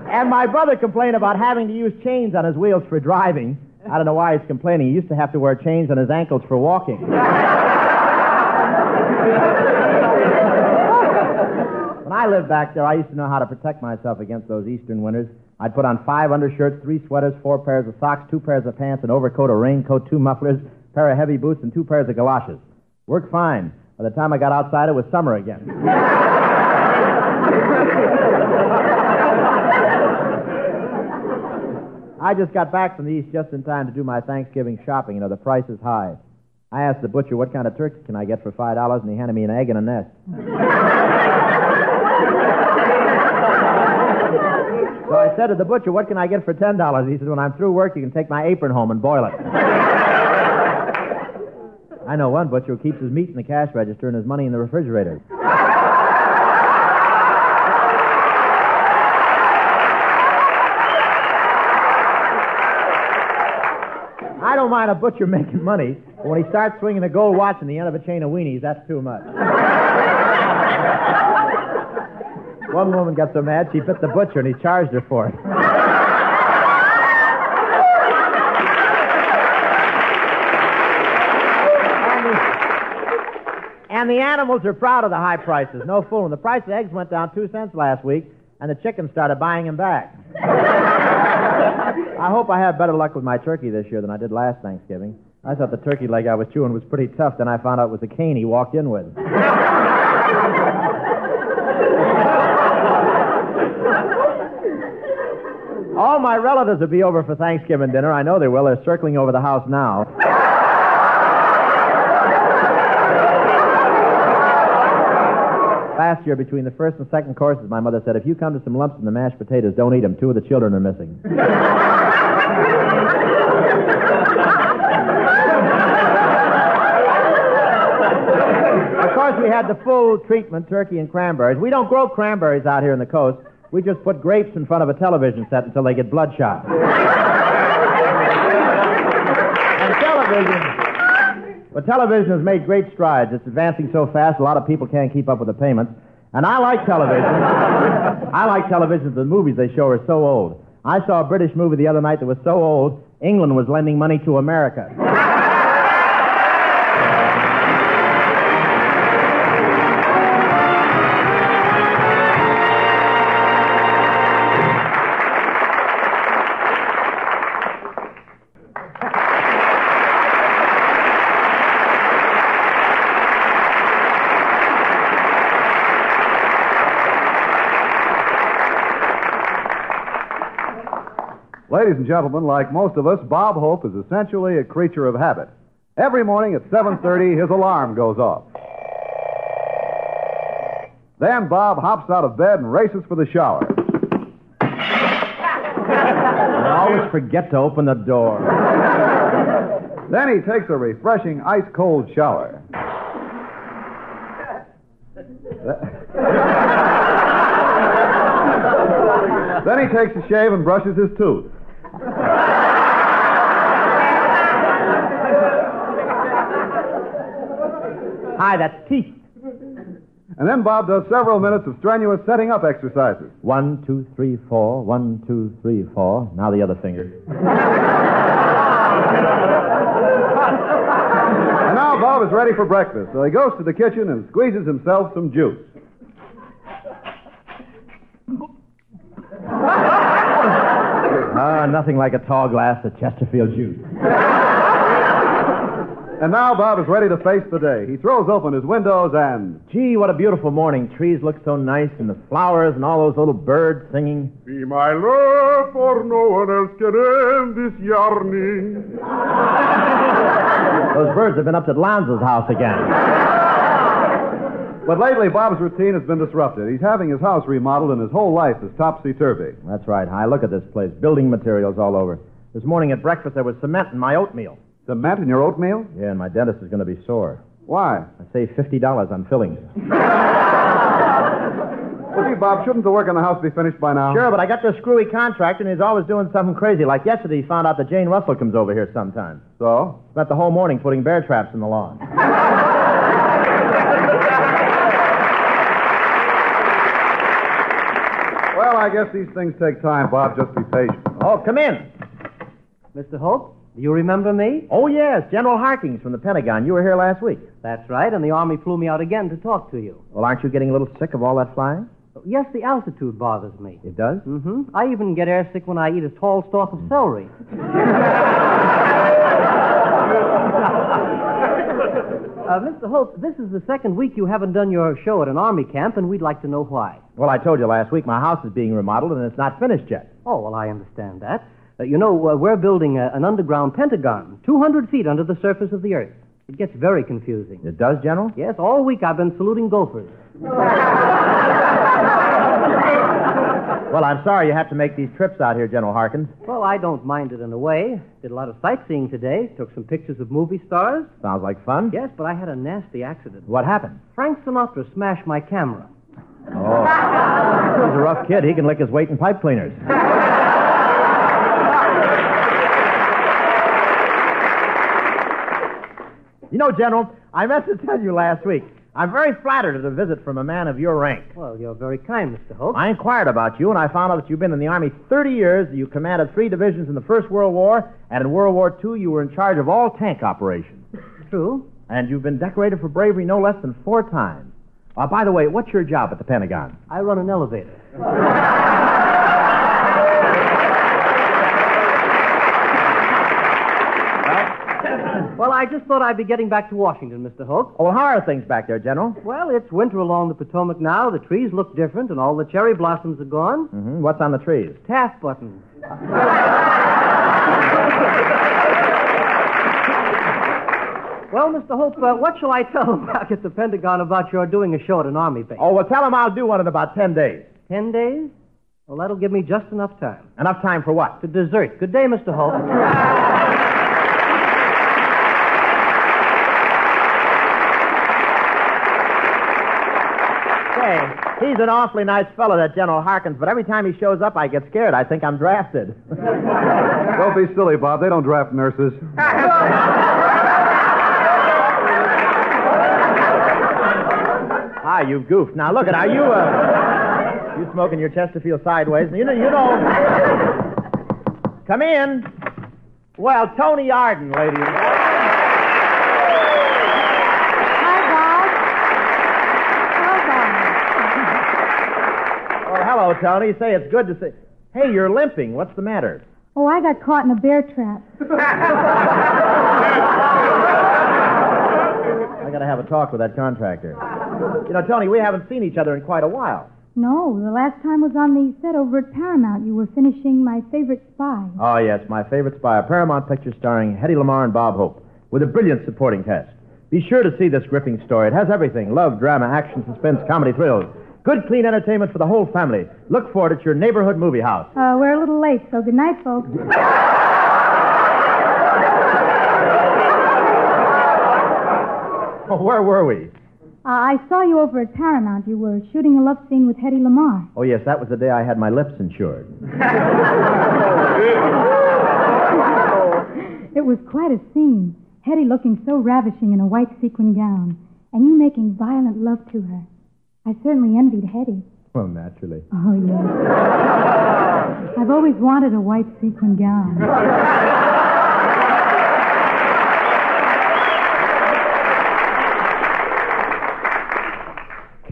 [SPEAKER 17] and my brother complained about having to use chains on his wheels for driving. I don't know why he's complaining. He used to have to wear chains on his ankles for walking. When I lived back there, I used to know how to protect myself against those eastern winters. I'd put on five undershirts, three sweaters, four pairs of socks, two pairs of pants, an overcoat, a raincoat, two mufflers, a pair of heavy boots, and two pairs of galoshes. Worked fine. By the time I got outside, it was summer again. I just got back from the east just in time to do my Thanksgiving shopping. You know, the price is high. I asked the butcher what kind of turkey can I get for five dollars, and he handed me an egg and a nest. So I said to the butcher, "What can I get for ten dollars?" He said, "When I'm through work, you can take my apron home and boil it." I know one butcher who keeps his meat in the cash register and his money in the refrigerator. I don't mind a butcher making money, but when he starts swinging a gold watch in the end of a chain of weenies, that's too much. One woman got so mad she bit the butcher and he charged her for it. And the animals are proud of the high prices. No fooling. The price of eggs went down two cents last week, and the chickens started buying them back. I hope I have better luck with my turkey this year than I did last Thanksgiving. I thought the turkey leg I was chewing was pretty tough. Then I found out it was a cane he walked in with. All my relatives will be over for Thanksgiving dinner. I know they will. They're circling over the house now. Last year, between the first and second courses, my mother said, if you come to some lumps in the mashed potatoes, don't eat them. Two of the children are missing. Of course, we had the full treatment turkey and cranberries. We don't grow cranberries out here in the coast. We just put grapes in front of a television set until they get bloodshot. and television. Well, television has made great strides. It's advancing so fast, a lot of people can't keep up with the payments. And I like television. I like television. The movies they show are so old. I saw a British movie the other night that was so old, England was lending money to America.
[SPEAKER 16] Ladies and gentlemen, like most of us, Bob Hope is essentially a creature of habit. Every morning at 7:30, his alarm goes off. Then Bob hops out of bed and races for the shower.
[SPEAKER 17] I always forget to open the door.
[SPEAKER 16] Then he takes a refreshing ice cold shower. Then he takes a shave and brushes his tooth.
[SPEAKER 17] Hi, that's teeth.
[SPEAKER 16] And then Bob does several minutes of strenuous setting up exercises.
[SPEAKER 17] One, two, three, four. One, two, three, four. Now the other finger.
[SPEAKER 16] And now Bob is ready for breakfast, so he goes to the kitchen and squeezes himself some juice.
[SPEAKER 17] Ah, nothing like a tall glass of Chesterfield juice.
[SPEAKER 16] And now Bob is ready to face the day. He throws open his windows and.
[SPEAKER 17] Gee, what a beautiful morning. Trees look so nice, and the flowers, and all those little birds singing.
[SPEAKER 1] Be my love, for no one else can end this yarning.
[SPEAKER 17] Those birds have been up to Lanza's house again.
[SPEAKER 16] But lately, Bob's routine has been disrupted. He's having his house remodeled, and his whole life is topsy turvy.
[SPEAKER 17] That's right, Hi. Look at this place. Building materials all over. This morning at breakfast, there was cement in my oatmeal.
[SPEAKER 16] Cement in your oatmeal?
[SPEAKER 17] Yeah, and my dentist is going to be sore.
[SPEAKER 16] Why?
[SPEAKER 17] I saved $50 on fillings.
[SPEAKER 16] Well, gee, Bob, shouldn't the work on the house be finished by now?
[SPEAKER 17] Sure, but I got this screwy contract, and he's always doing something crazy. Like yesterday, he found out that Jane Russell comes over here sometimes.
[SPEAKER 16] So?
[SPEAKER 17] Spent the whole morning putting bear traps in the lawn.
[SPEAKER 16] Well, I guess these things take time, Bob. Just be patient.
[SPEAKER 17] Oh, come in.
[SPEAKER 18] Mr. Hope, do you remember me?
[SPEAKER 17] Oh, yes, General Harkings from the Pentagon. You were here last week.
[SPEAKER 18] That's right, and the Army flew me out again to talk to you.
[SPEAKER 17] Well, aren't you getting a little sick of all that flying?
[SPEAKER 18] Yes, the altitude bothers me.
[SPEAKER 17] It does?
[SPEAKER 18] Mm-hmm. I even get airsick when I eat a tall stalk of celery. Uh, Mr. Hope, this is the second week you haven't done your show at an Army camp, and we'd like to know why.
[SPEAKER 17] Well, I told you last week my house is being remodeled and it's not finished yet.
[SPEAKER 18] Oh, well, I understand that. Uh, you know, uh, we're building a, an underground pentagon, 200 feet under the surface of the earth. It gets very confusing.
[SPEAKER 17] It does, General?
[SPEAKER 18] Yes, all week I've been saluting gophers.
[SPEAKER 17] Well, I'm sorry you have to make these trips out here, General Harkins.
[SPEAKER 18] Well, I don't mind it in a way. Did a lot of sightseeing today. Took some pictures of movie stars.
[SPEAKER 17] Sounds like fun.
[SPEAKER 18] Yes, but I had a nasty accident.
[SPEAKER 17] What happened? Oh.
[SPEAKER 18] Frank Sinatra smashed my camera.
[SPEAKER 17] He's a rough kid. He can lick his weight in pipe cleaners. you know, General, I meant to tell you last week. I'm very flattered at a visit from a man of your rank.
[SPEAKER 18] Well, you're very kind, Mr. Hope.
[SPEAKER 17] I inquired about you, and I found out that you've been in the Army 30 years, that you commanded three divisions in the First World War, and in World War II, you were in charge of all tank operations.
[SPEAKER 18] True.
[SPEAKER 17] And you've been decorated for bravery no less than four times. Uh, by the way, what's your job at the Pentagon?
[SPEAKER 18] I run an elevator. Well, I just thought I'd be getting back to Washington, Mr. Hope.
[SPEAKER 17] Oh, well, how are things back there, General?
[SPEAKER 18] Well, it's winter along the Potomac now. The trees look different, and all the cherry blossoms are gone.
[SPEAKER 17] Mm-hmm. What's on the trees?
[SPEAKER 18] Taff buttons. well, Mr. Hope, uh, what shall I tell them back at the Pentagon about your doing a show at an army base?
[SPEAKER 17] Oh, well, tell them I'll do one in about 10 days.
[SPEAKER 18] Ten days? Well, that'll give me just enough time.
[SPEAKER 17] Enough time for what?
[SPEAKER 18] To dessert. Good day, Mr. Hope.
[SPEAKER 17] Hey, he's an awfully nice fellow, that General Harkins, but every time he shows up, I get scared. I think I'm drafted.
[SPEAKER 16] Don't be silly, Bob. They don't draft nurses.
[SPEAKER 17] Ah, you goofed. Now, look at are you, uh, you smoking your Chesterfield sideways? You know, you know. Come in. Well, Tony Arden, ladies. Well, Oh, hello, Tony. Say, it's good to see. Hey, you're limping. What's the matter?
[SPEAKER 19] Oh, I got caught in a bear trap.
[SPEAKER 17] I gotta have a talk with that contractor. You know, Tony, we haven't seen each other in quite a while.
[SPEAKER 19] No, the last time was on the set over at Paramount. You were finishing my favorite spy.
[SPEAKER 17] Oh, yes, my favorite spy, a Paramount picture starring Hetty Lamar and Bob Hope, with a brilliant supporting cast. Be sure to see this gripping story. It has everything love, drama, action, suspense, comedy, thrills. Good, clean entertainment for the whole family. Look for it at your neighborhood movie house.
[SPEAKER 19] Uh, we're a little late, so good night, folks. Uh,
[SPEAKER 17] Oh, where were we?
[SPEAKER 19] Uh, I saw you over at Paramount. You were shooting a love scene with Hetty Lamar.
[SPEAKER 17] Oh, yes, that was the day I had my lips insured.
[SPEAKER 19] It was quite a scene. Hetty looking so ravishing in a white sequin gown, and you making violent love to her. I certainly envied Hetty.
[SPEAKER 17] Well, naturally.
[SPEAKER 19] Oh, yes. I've always wanted a white sequin gown.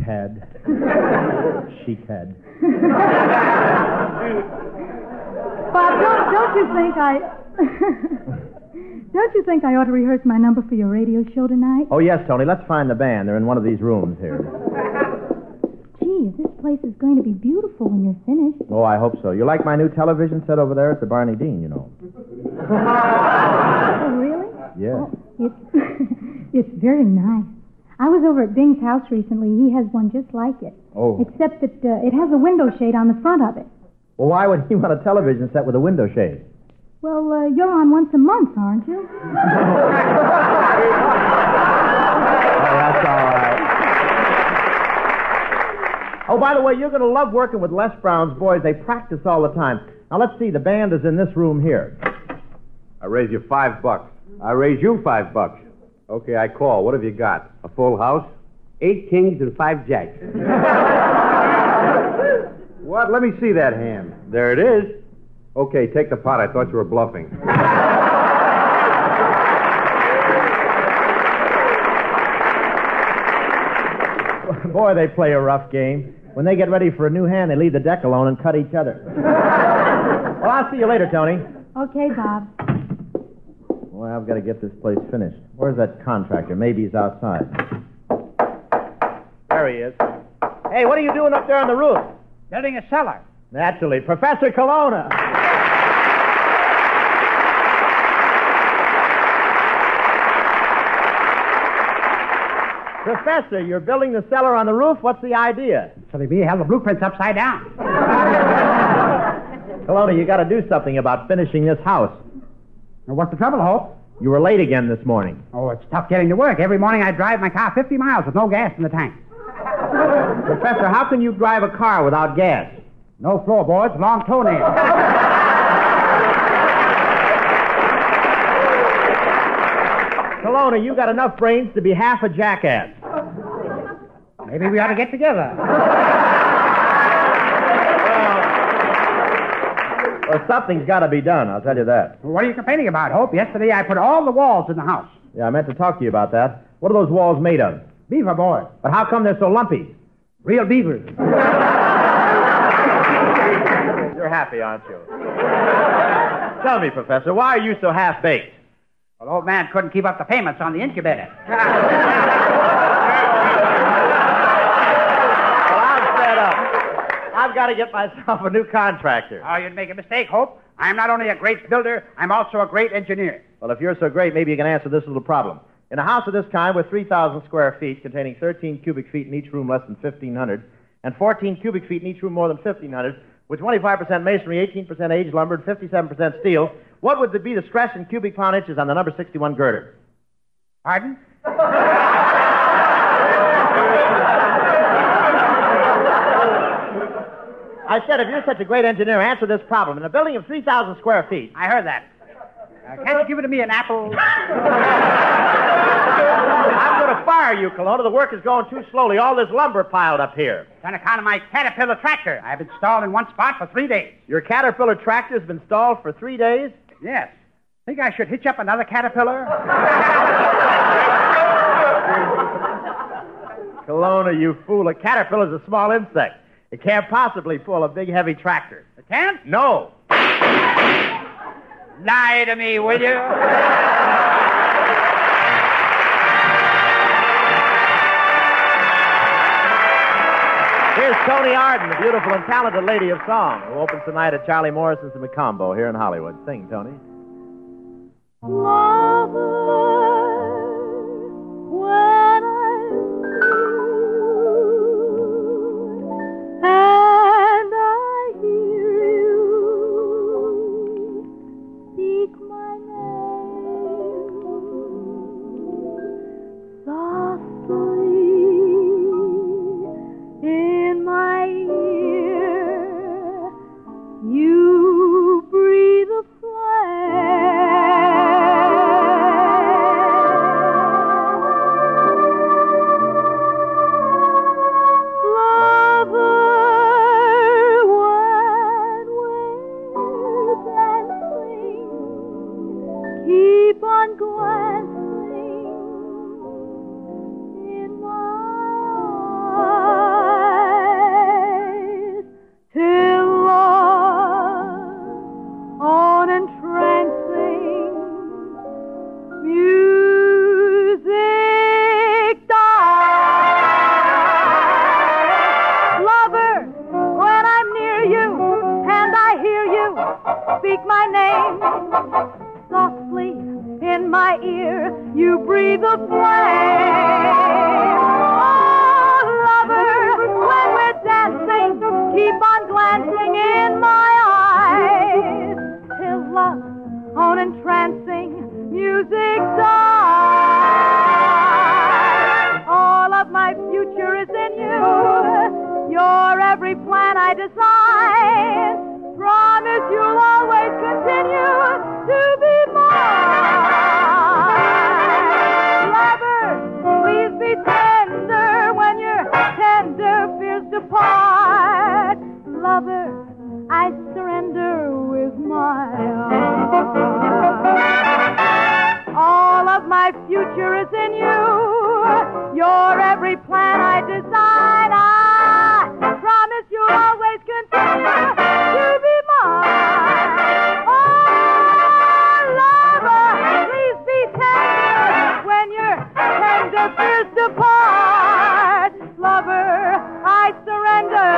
[SPEAKER 17] Cad. she cad.
[SPEAKER 19] Bob, don't, don't you think I. don't you think I ought to rehearse my number for your radio show tonight?
[SPEAKER 17] Oh, yes, Tony, let's find the band. They're in one of these rooms here.
[SPEAKER 19] Gee, this place is going to be beautiful when you're finished.
[SPEAKER 17] Oh, I hope so. You like my new television set over there at the Barney Dean, you know.
[SPEAKER 19] Oh, really?
[SPEAKER 17] Yeah.
[SPEAKER 19] It's, it's very nice. I was over at Bing's house recently. He has one just like it.
[SPEAKER 17] Oh.
[SPEAKER 19] Except that uh, it has a window shade on the front of it.
[SPEAKER 17] Well, why would he want a television set with a window shade?
[SPEAKER 19] Well, uh, you're on once a month, aren't you?
[SPEAKER 17] Oh, that's all right. Oh, by the way, you're going to love working with Les Brown's boys. They practice all the time. Now, let's see. The band is in this room here.
[SPEAKER 20] I raise you five bucks. I raise you five bucks. Okay, I call. What have you got? A full house? Eight kings and five jacks. What? Let me see that hand. There it is. Okay, take the pot. I thought you were bluffing.
[SPEAKER 17] Boy, they play a rough game. When they get ready for a new hand, they leave the deck alone and cut each other. Well, I'll see you later, Tony.
[SPEAKER 19] okay, Bob.
[SPEAKER 17] Well, I've got to get this place finished. Where's that contractor? Maybe he's outside. There he is. Hey, what are you doing up there on the roof?
[SPEAKER 7] Building a cellar.
[SPEAKER 17] Naturally, Professor Colonna. Professor, you're building the cellar on the roof. What's the idea?
[SPEAKER 7] So they have the blueprints upside down.
[SPEAKER 17] Colonna, you got to do something about finishing this house.
[SPEAKER 7] what's the trouble, Hope?
[SPEAKER 17] You were late again this morning.
[SPEAKER 7] Oh, it's tough getting to work. Every morning I drive my car 50 miles with no gas in the tank.
[SPEAKER 17] Professor, how can you drive a car without gas?
[SPEAKER 7] No floorboards, long toenails.
[SPEAKER 17] uh, Colonna, you got enough brains to be half a jackass.
[SPEAKER 7] Maybe we ought to get together.
[SPEAKER 17] Well, something's got to be done, I'll tell you that.
[SPEAKER 7] What are you complaining about, Hope? Yesterday I put all the walls in the house.
[SPEAKER 17] Yeah, I meant to talk to you about that. What are those walls made of?
[SPEAKER 7] Beaver board.
[SPEAKER 17] But how come they're so lumpy?
[SPEAKER 7] Real beavers.
[SPEAKER 17] You're happy, aren't you? Tell me, Professor, why are you so half baked?
[SPEAKER 7] Well, old man couldn't keep up the payments on the incubator.
[SPEAKER 17] Well, I'm fed up. I've got to get myself a new contractor.
[SPEAKER 7] Oh, you'd make a mistake, Hope. I'm not only a great builder, I'm also a great engineer.
[SPEAKER 17] Well, if you're so great, maybe you can answer this little problem. In a house of this kind with 3,000 square feet, containing 13 cubic feet in each room less than 1,500, and 14 cubic feet in each room more than 1,500, with 25% masonry, 18% aged lumber, and 57% steel, what would be the stress in cubic pound inches on the number 61 girder?
[SPEAKER 7] Pardon?
[SPEAKER 17] I said, if you're such a great engineer, answer this problem. In a building of 3,000 square feet.
[SPEAKER 7] I heard that. Uh, can't you give it to me an apple?
[SPEAKER 17] I'm going to fire you, Kelowna. The work is going too slowly. All this lumber piled up here.
[SPEAKER 7] On account of my caterpillar tractor. I've been stalled in one spot for three days.
[SPEAKER 17] Your caterpillar tractor's been stalled for three days?
[SPEAKER 7] Yes. Think I should hitch up another caterpillar?
[SPEAKER 17] Kelowna, you fool. A caterpillar's a small insect. It can't possibly pull a big, heavy tractor.
[SPEAKER 7] It can't?
[SPEAKER 17] No.
[SPEAKER 7] Lie to me, will you?
[SPEAKER 17] Here's is Tony Arden, the beautiful and talented lady of song, who opens tonight at Charlie Morrison's Macombo here in Hollywood. Sing, Tony.
[SPEAKER 21] And I hear you speak my name softly in my ear. You breathe a flame. Lover, what ways and swings keep on glancing in my eyes till love on entrancing music dies. Lover, when I'm near you and I hear you speak my name softly in my ear, you breathe a flame. Oh, lover, when we're dancing, keep on glancing in my eyes till love on entrancing music dies. All of my future is in you. You're every plan I design. Promise you'll always continue to be mine. Lover, please be tender when your tender fears depart. Lover, I surrender with my heart. All of my future is in you. Your every plan I design. I promise you'll always continue to be mine. Oh, lover, please be tender when your tender fears depart. Lover, I surrender.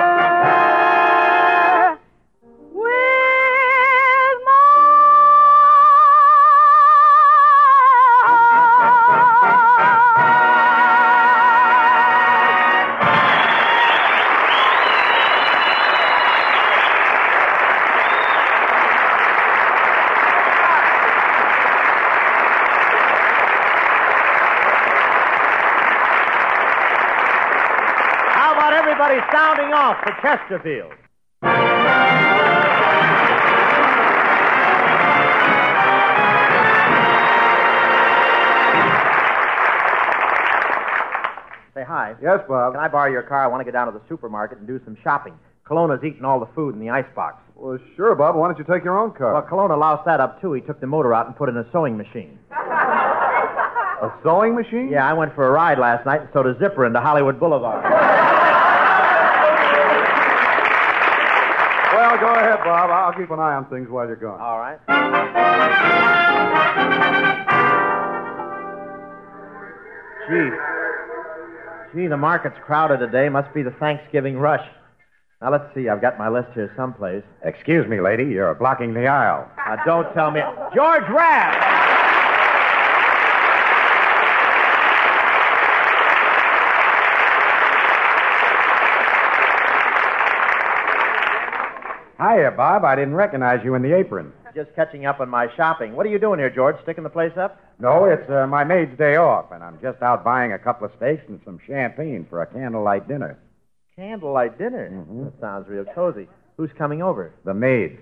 [SPEAKER 17] How about everybody sounding off for Chesterfield? Say hi. Yes, Bob. Can I borrow your car? I want to go down to the supermarket and do some shopping. Colona's eaten all the food in the icebox. Well, sure, Bob. Why don't you take your own car? Well, Colona loused that up, too. He took the motor out and put in a sewing machine. A sewing machine? Yeah, I went for a ride last night and sewed a zipper into Hollywood Boulevard.
[SPEAKER 16] Well, go ahead, Bob. I'll keep an eye on things while you're gone.
[SPEAKER 17] All right. Gee. Gee, the market's crowded today. Must be the Thanksgiving rush. Now, let's see. I've got my list here someplace.
[SPEAKER 20] Excuse me, lady. You're blocking the aisle.
[SPEAKER 17] Now, don't tell me. George Rapp!
[SPEAKER 20] Hiya, Bob. I didn't recognize you in the apron.
[SPEAKER 17] Just catching up on my shopping. What are you doing here, George? Sticking the place up?
[SPEAKER 20] No, it's uh, my maid's day off, and I'm just out buying a couple of steaks and some champagne for a candlelight dinner.
[SPEAKER 17] Candlelight dinner.
[SPEAKER 20] Mm-hmm.
[SPEAKER 17] That sounds real cozy. Who's coming over?
[SPEAKER 20] The maid.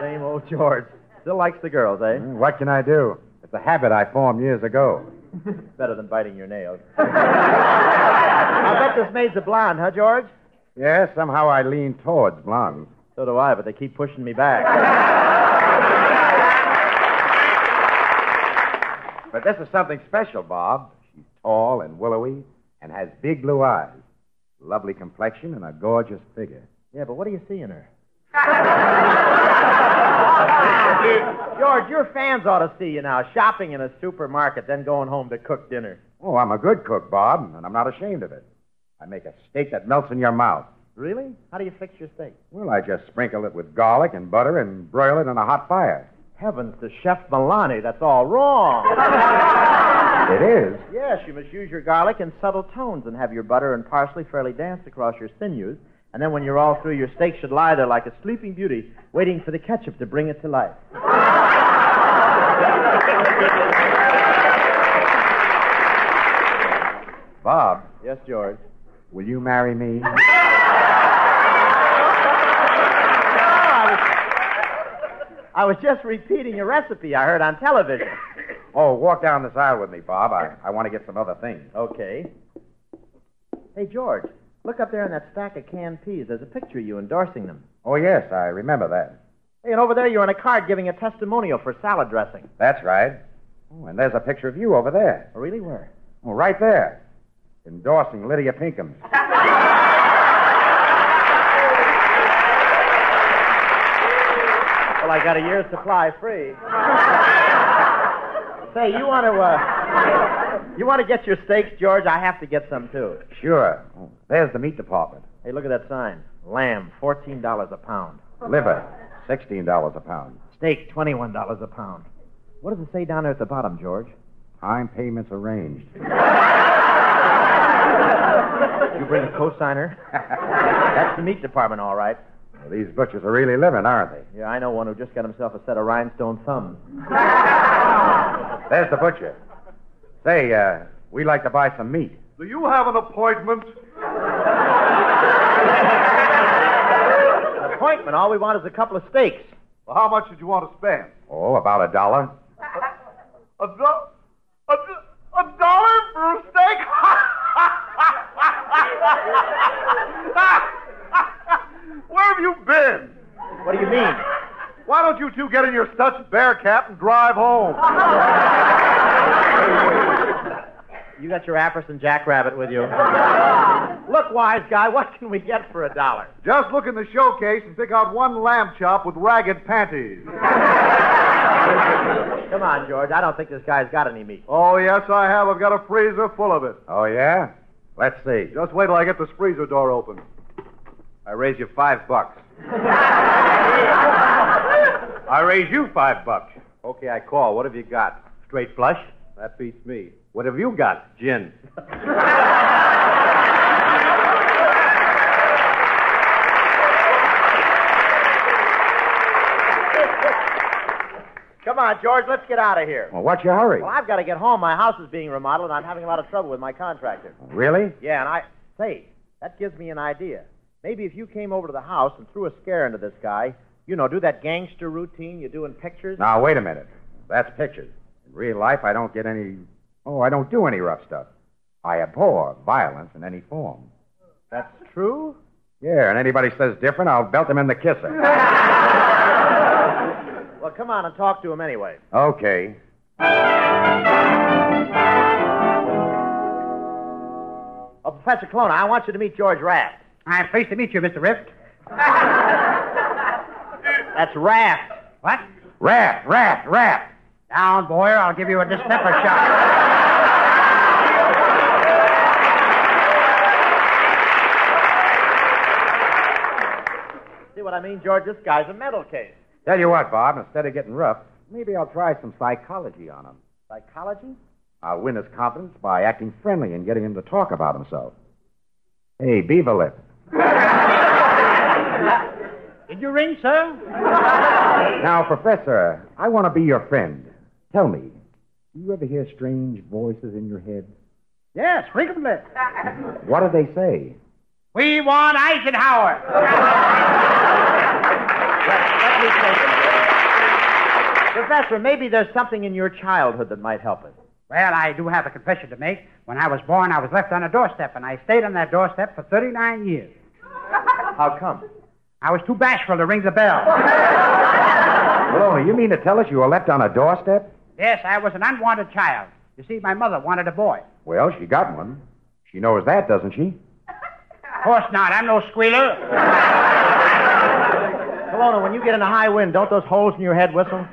[SPEAKER 17] Same old George. Still likes the girls, eh?
[SPEAKER 20] Hmm, What can I do? It's a habit I formed years ago.
[SPEAKER 17] Better than biting your nails. I bet this maid's a blonde, huh, George?
[SPEAKER 20] Yeah, somehow I lean towards blondes.
[SPEAKER 17] So do I, but they keep pushing me back.
[SPEAKER 20] But this is something special, Bob. She's tall and willowy and has big blue eyes, lovely complexion, and a gorgeous figure.
[SPEAKER 17] yeah, but what do you see in her? George, your fans ought to see you now shopping in a supermarket, then going home to cook dinner.
[SPEAKER 20] Oh, I'm a good cook, Bob, and I'm not ashamed of it. I make a steak that melts in your mouth.
[SPEAKER 17] Really? How do you fix your steak?
[SPEAKER 20] Well, I just sprinkle it with garlic and butter and broil it on a hot fire.
[SPEAKER 17] Heavens to Chef Milani, that's all wrong.
[SPEAKER 20] It is.
[SPEAKER 17] Yes, you must use your garlic in subtle tones and have your butter and parsley fairly dance across your sinews. And then when you're all through, your steak should lie there like a sleeping beauty, waiting for the ketchup to bring it to life.
[SPEAKER 20] Bob,
[SPEAKER 17] Yes, George.
[SPEAKER 20] will you marry me?
[SPEAKER 17] I was just repeating a recipe I heard on television.
[SPEAKER 20] Oh, walk down this aisle with me, Bob. I, I want to get some other things.
[SPEAKER 17] Okay. Hey, George, look up there in that stack of canned peas. There's a picture of you endorsing them.
[SPEAKER 20] Oh, yes, I remember that.
[SPEAKER 17] Hey, and over there you're on a card giving a testimonial for salad dressing.
[SPEAKER 20] That's right. Oh, and there's a picture of you over there.
[SPEAKER 17] Really? Where?
[SPEAKER 20] Oh, right there. Endorsing Lydia Pinkham.
[SPEAKER 17] Well, I got a year's supply free. Say, you want to, uh, you want to get your steaks, George? I have to get some too.
[SPEAKER 20] Sure. Oh, there's the meat department.
[SPEAKER 17] Hey, look at that sign. Lamb, fourteen dollars a pound.
[SPEAKER 20] Liver, $16 a pound.
[SPEAKER 17] Steak, twenty-one dollars a pound. What does it say down there at the bottom, George?
[SPEAKER 20] Time payments arranged.
[SPEAKER 17] You bring a cosigner? That's the meat department, all right.
[SPEAKER 20] Well, these butchers are really living, aren't they?
[SPEAKER 17] Yeah, I know one who just got himself a set of rhinestone thumbs.
[SPEAKER 20] There's the butcher. Say, uh, we'd like to buy some meat.
[SPEAKER 16] Do you have an appointment?
[SPEAKER 17] An appointment. All we want is a couple of steaks.
[SPEAKER 16] Well, how much did you want to spend?
[SPEAKER 20] Oh, about a dollar.
[SPEAKER 16] A, do- a, do- a dollar for a steak? Where have you been?
[SPEAKER 17] What do you mean?
[SPEAKER 16] Why don't you two get in your Stutz Bearcat and drive home?
[SPEAKER 17] You got your Apperson Jackrabbit with you. Look, wise guy, what can we get for a dollar?
[SPEAKER 16] Just look in the showcase and pick out one lamb chop with ragged panties.
[SPEAKER 17] Come on, George. I don't think this guy's got any meat.
[SPEAKER 16] Oh, yes, I have. I've got a freezer full of it.
[SPEAKER 20] Oh, yeah? Let's see.
[SPEAKER 16] Just wait till I get this freezer door open.
[SPEAKER 20] I raise you five bucks. I raise you five bucks. Okay, I call. What have you got? Straight flush? That beats me. What have you got? Gin.
[SPEAKER 17] Come on, George. Let's get out of here.
[SPEAKER 20] Well, what's your hurry?
[SPEAKER 17] Well, I've got to get home. My house is being remodeled, and I'm having a lot of trouble with my contractor.
[SPEAKER 20] Really?
[SPEAKER 17] Yeah, and I say that gives me an idea. Maybe if you came over to the house and threw a scare into this guy, you know, do that gangster routine you do in pictures.
[SPEAKER 20] Now, wait a minute. That's pictures. In real life, I don't get any. Oh, I don't do any rough stuff. I abhor violence in any form.
[SPEAKER 17] That's true.
[SPEAKER 20] Yeah, and anybody says different, I'll belt them in the kisser.
[SPEAKER 17] Well, come on and talk to him anyway.
[SPEAKER 20] Okay.
[SPEAKER 17] Oh, Professor Clona, I want you to meet George Raft.
[SPEAKER 7] I'm pleased to meet you, Mr. Rift.
[SPEAKER 17] That's Raft.
[SPEAKER 7] What?
[SPEAKER 20] Raft, Raft, Raft.
[SPEAKER 7] Down, boy, or I'll give you a distemper shot.
[SPEAKER 17] See what I mean, George? This guy's a mental case.
[SPEAKER 20] Tell you what, Bob, instead of getting rough, maybe I'll try some psychology on him.
[SPEAKER 17] Psychology?
[SPEAKER 20] I'll win his confidence by acting friendly and getting him to talk about himself. Hey, Beaver Lip.
[SPEAKER 7] Did you ring, sir?
[SPEAKER 20] Now, Professor, I want to be your friend. Tell me, do you ever hear strange voices in your head?
[SPEAKER 7] Yes, frequently.
[SPEAKER 20] What do they say?
[SPEAKER 7] We want Eisenhower.
[SPEAKER 17] Let me take him. Professor, maybe there's something in your childhood that might help us.
[SPEAKER 7] Well, I do have a confession to make. When I was born, I was left on a doorstep, and I stayed on that doorstep for 39 years.
[SPEAKER 17] How come?
[SPEAKER 7] I was too bashful to ring the bell.
[SPEAKER 20] Maloney, you mean to tell us you were left on a doorstep?
[SPEAKER 7] Yes, I was an unwanted child. You see, my mother wanted a boy.
[SPEAKER 20] Well, she got one. She knows that, doesn't she?
[SPEAKER 7] Of course not. I'm no squealer.
[SPEAKER 17] Colonna, when you get in a high wind, don't those holes in your head whistle?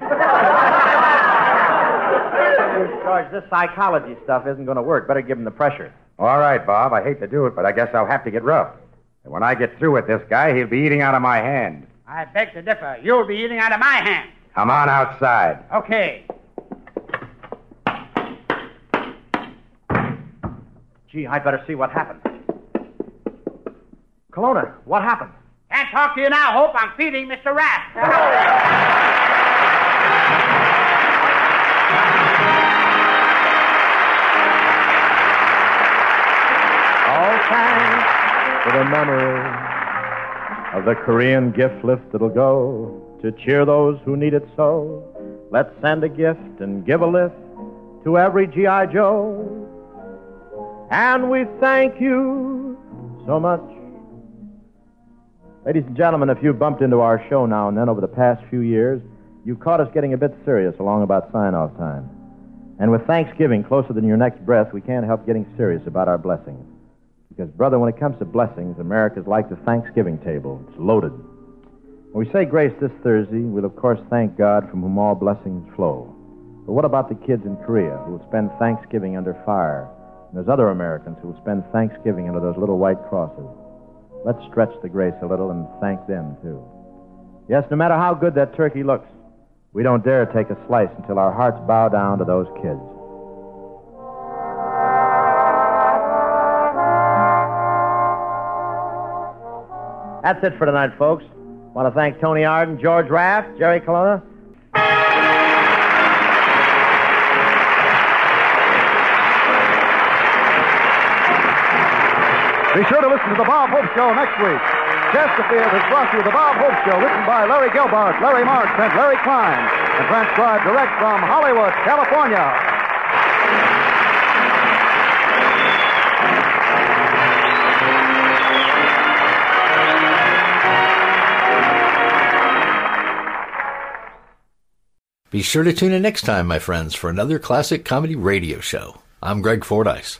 [SPEAKER 17] George, this psychology
[SPEAKER 20] stuff isn't going to work. Better give him the pressure. All right, Bob. I hate to do it, but I guess I'll have to get rough. And when I get through with this guy, he'll be eating out of my hand.
[SPEAKER 7] I beg to differ. You'll be eating out of my hand.
[SPEAKER 20] Come on outside.
[SPEAKER 7] Okay.
[SPEAKER 20] Gee, I'd better see what happened.
[SPEAKER 17] Kelowna, what happened?
[SPEAKER 7] Can't talk to you now, Hope. I'm feeding Mr. Rath.
[SPEAKER 22] All thanks
[SPEAKER 23] for the memory of the Korean gift lift that'll go to cheer those who need it so. Let's send a gift and give a lift to every G.I. Joe. And we thank you so much.
[SPEAKER 17] Ladies and gentlemen, if you bumped into our show now and then over the past few years, you caught us getting a bit serious along about sign off time. And with Thanksgiving closer than your next breath, we can't help getting serious about our blessings. Because, brother, when it comes to blessings, America's like the Thanksgiving table. It's loaded. When we say grace this Thursday, we'll, of course, thank God from whom all blessings flow. But what about the kids in Korea who will spend Thanksgiving under fire? And there's other Americans who will spend Thanksgiving under those little white crosses. Let's stretch the grace a little and thank them, too. Yes, no matter how good that turkey looks, we don't dare take a slice until our hearts bow down to those kids. That's it for tonight, folks. Want to thank Tony Arden, George Raft, Jerry Colonna.
[SPEAKER 16] Be sure to listen to the Bob Hope Show next week. Chesterfield is brought to you the Bob Hope Show, written by Larry Gilbart, Larry Marks, and Larry Klein, and transcribed direct from Hollywood, California.
[SPEAKER 3] Be sure to tune in next time, my friends, for another classic comedy radio show. I'm Greg Fordyce.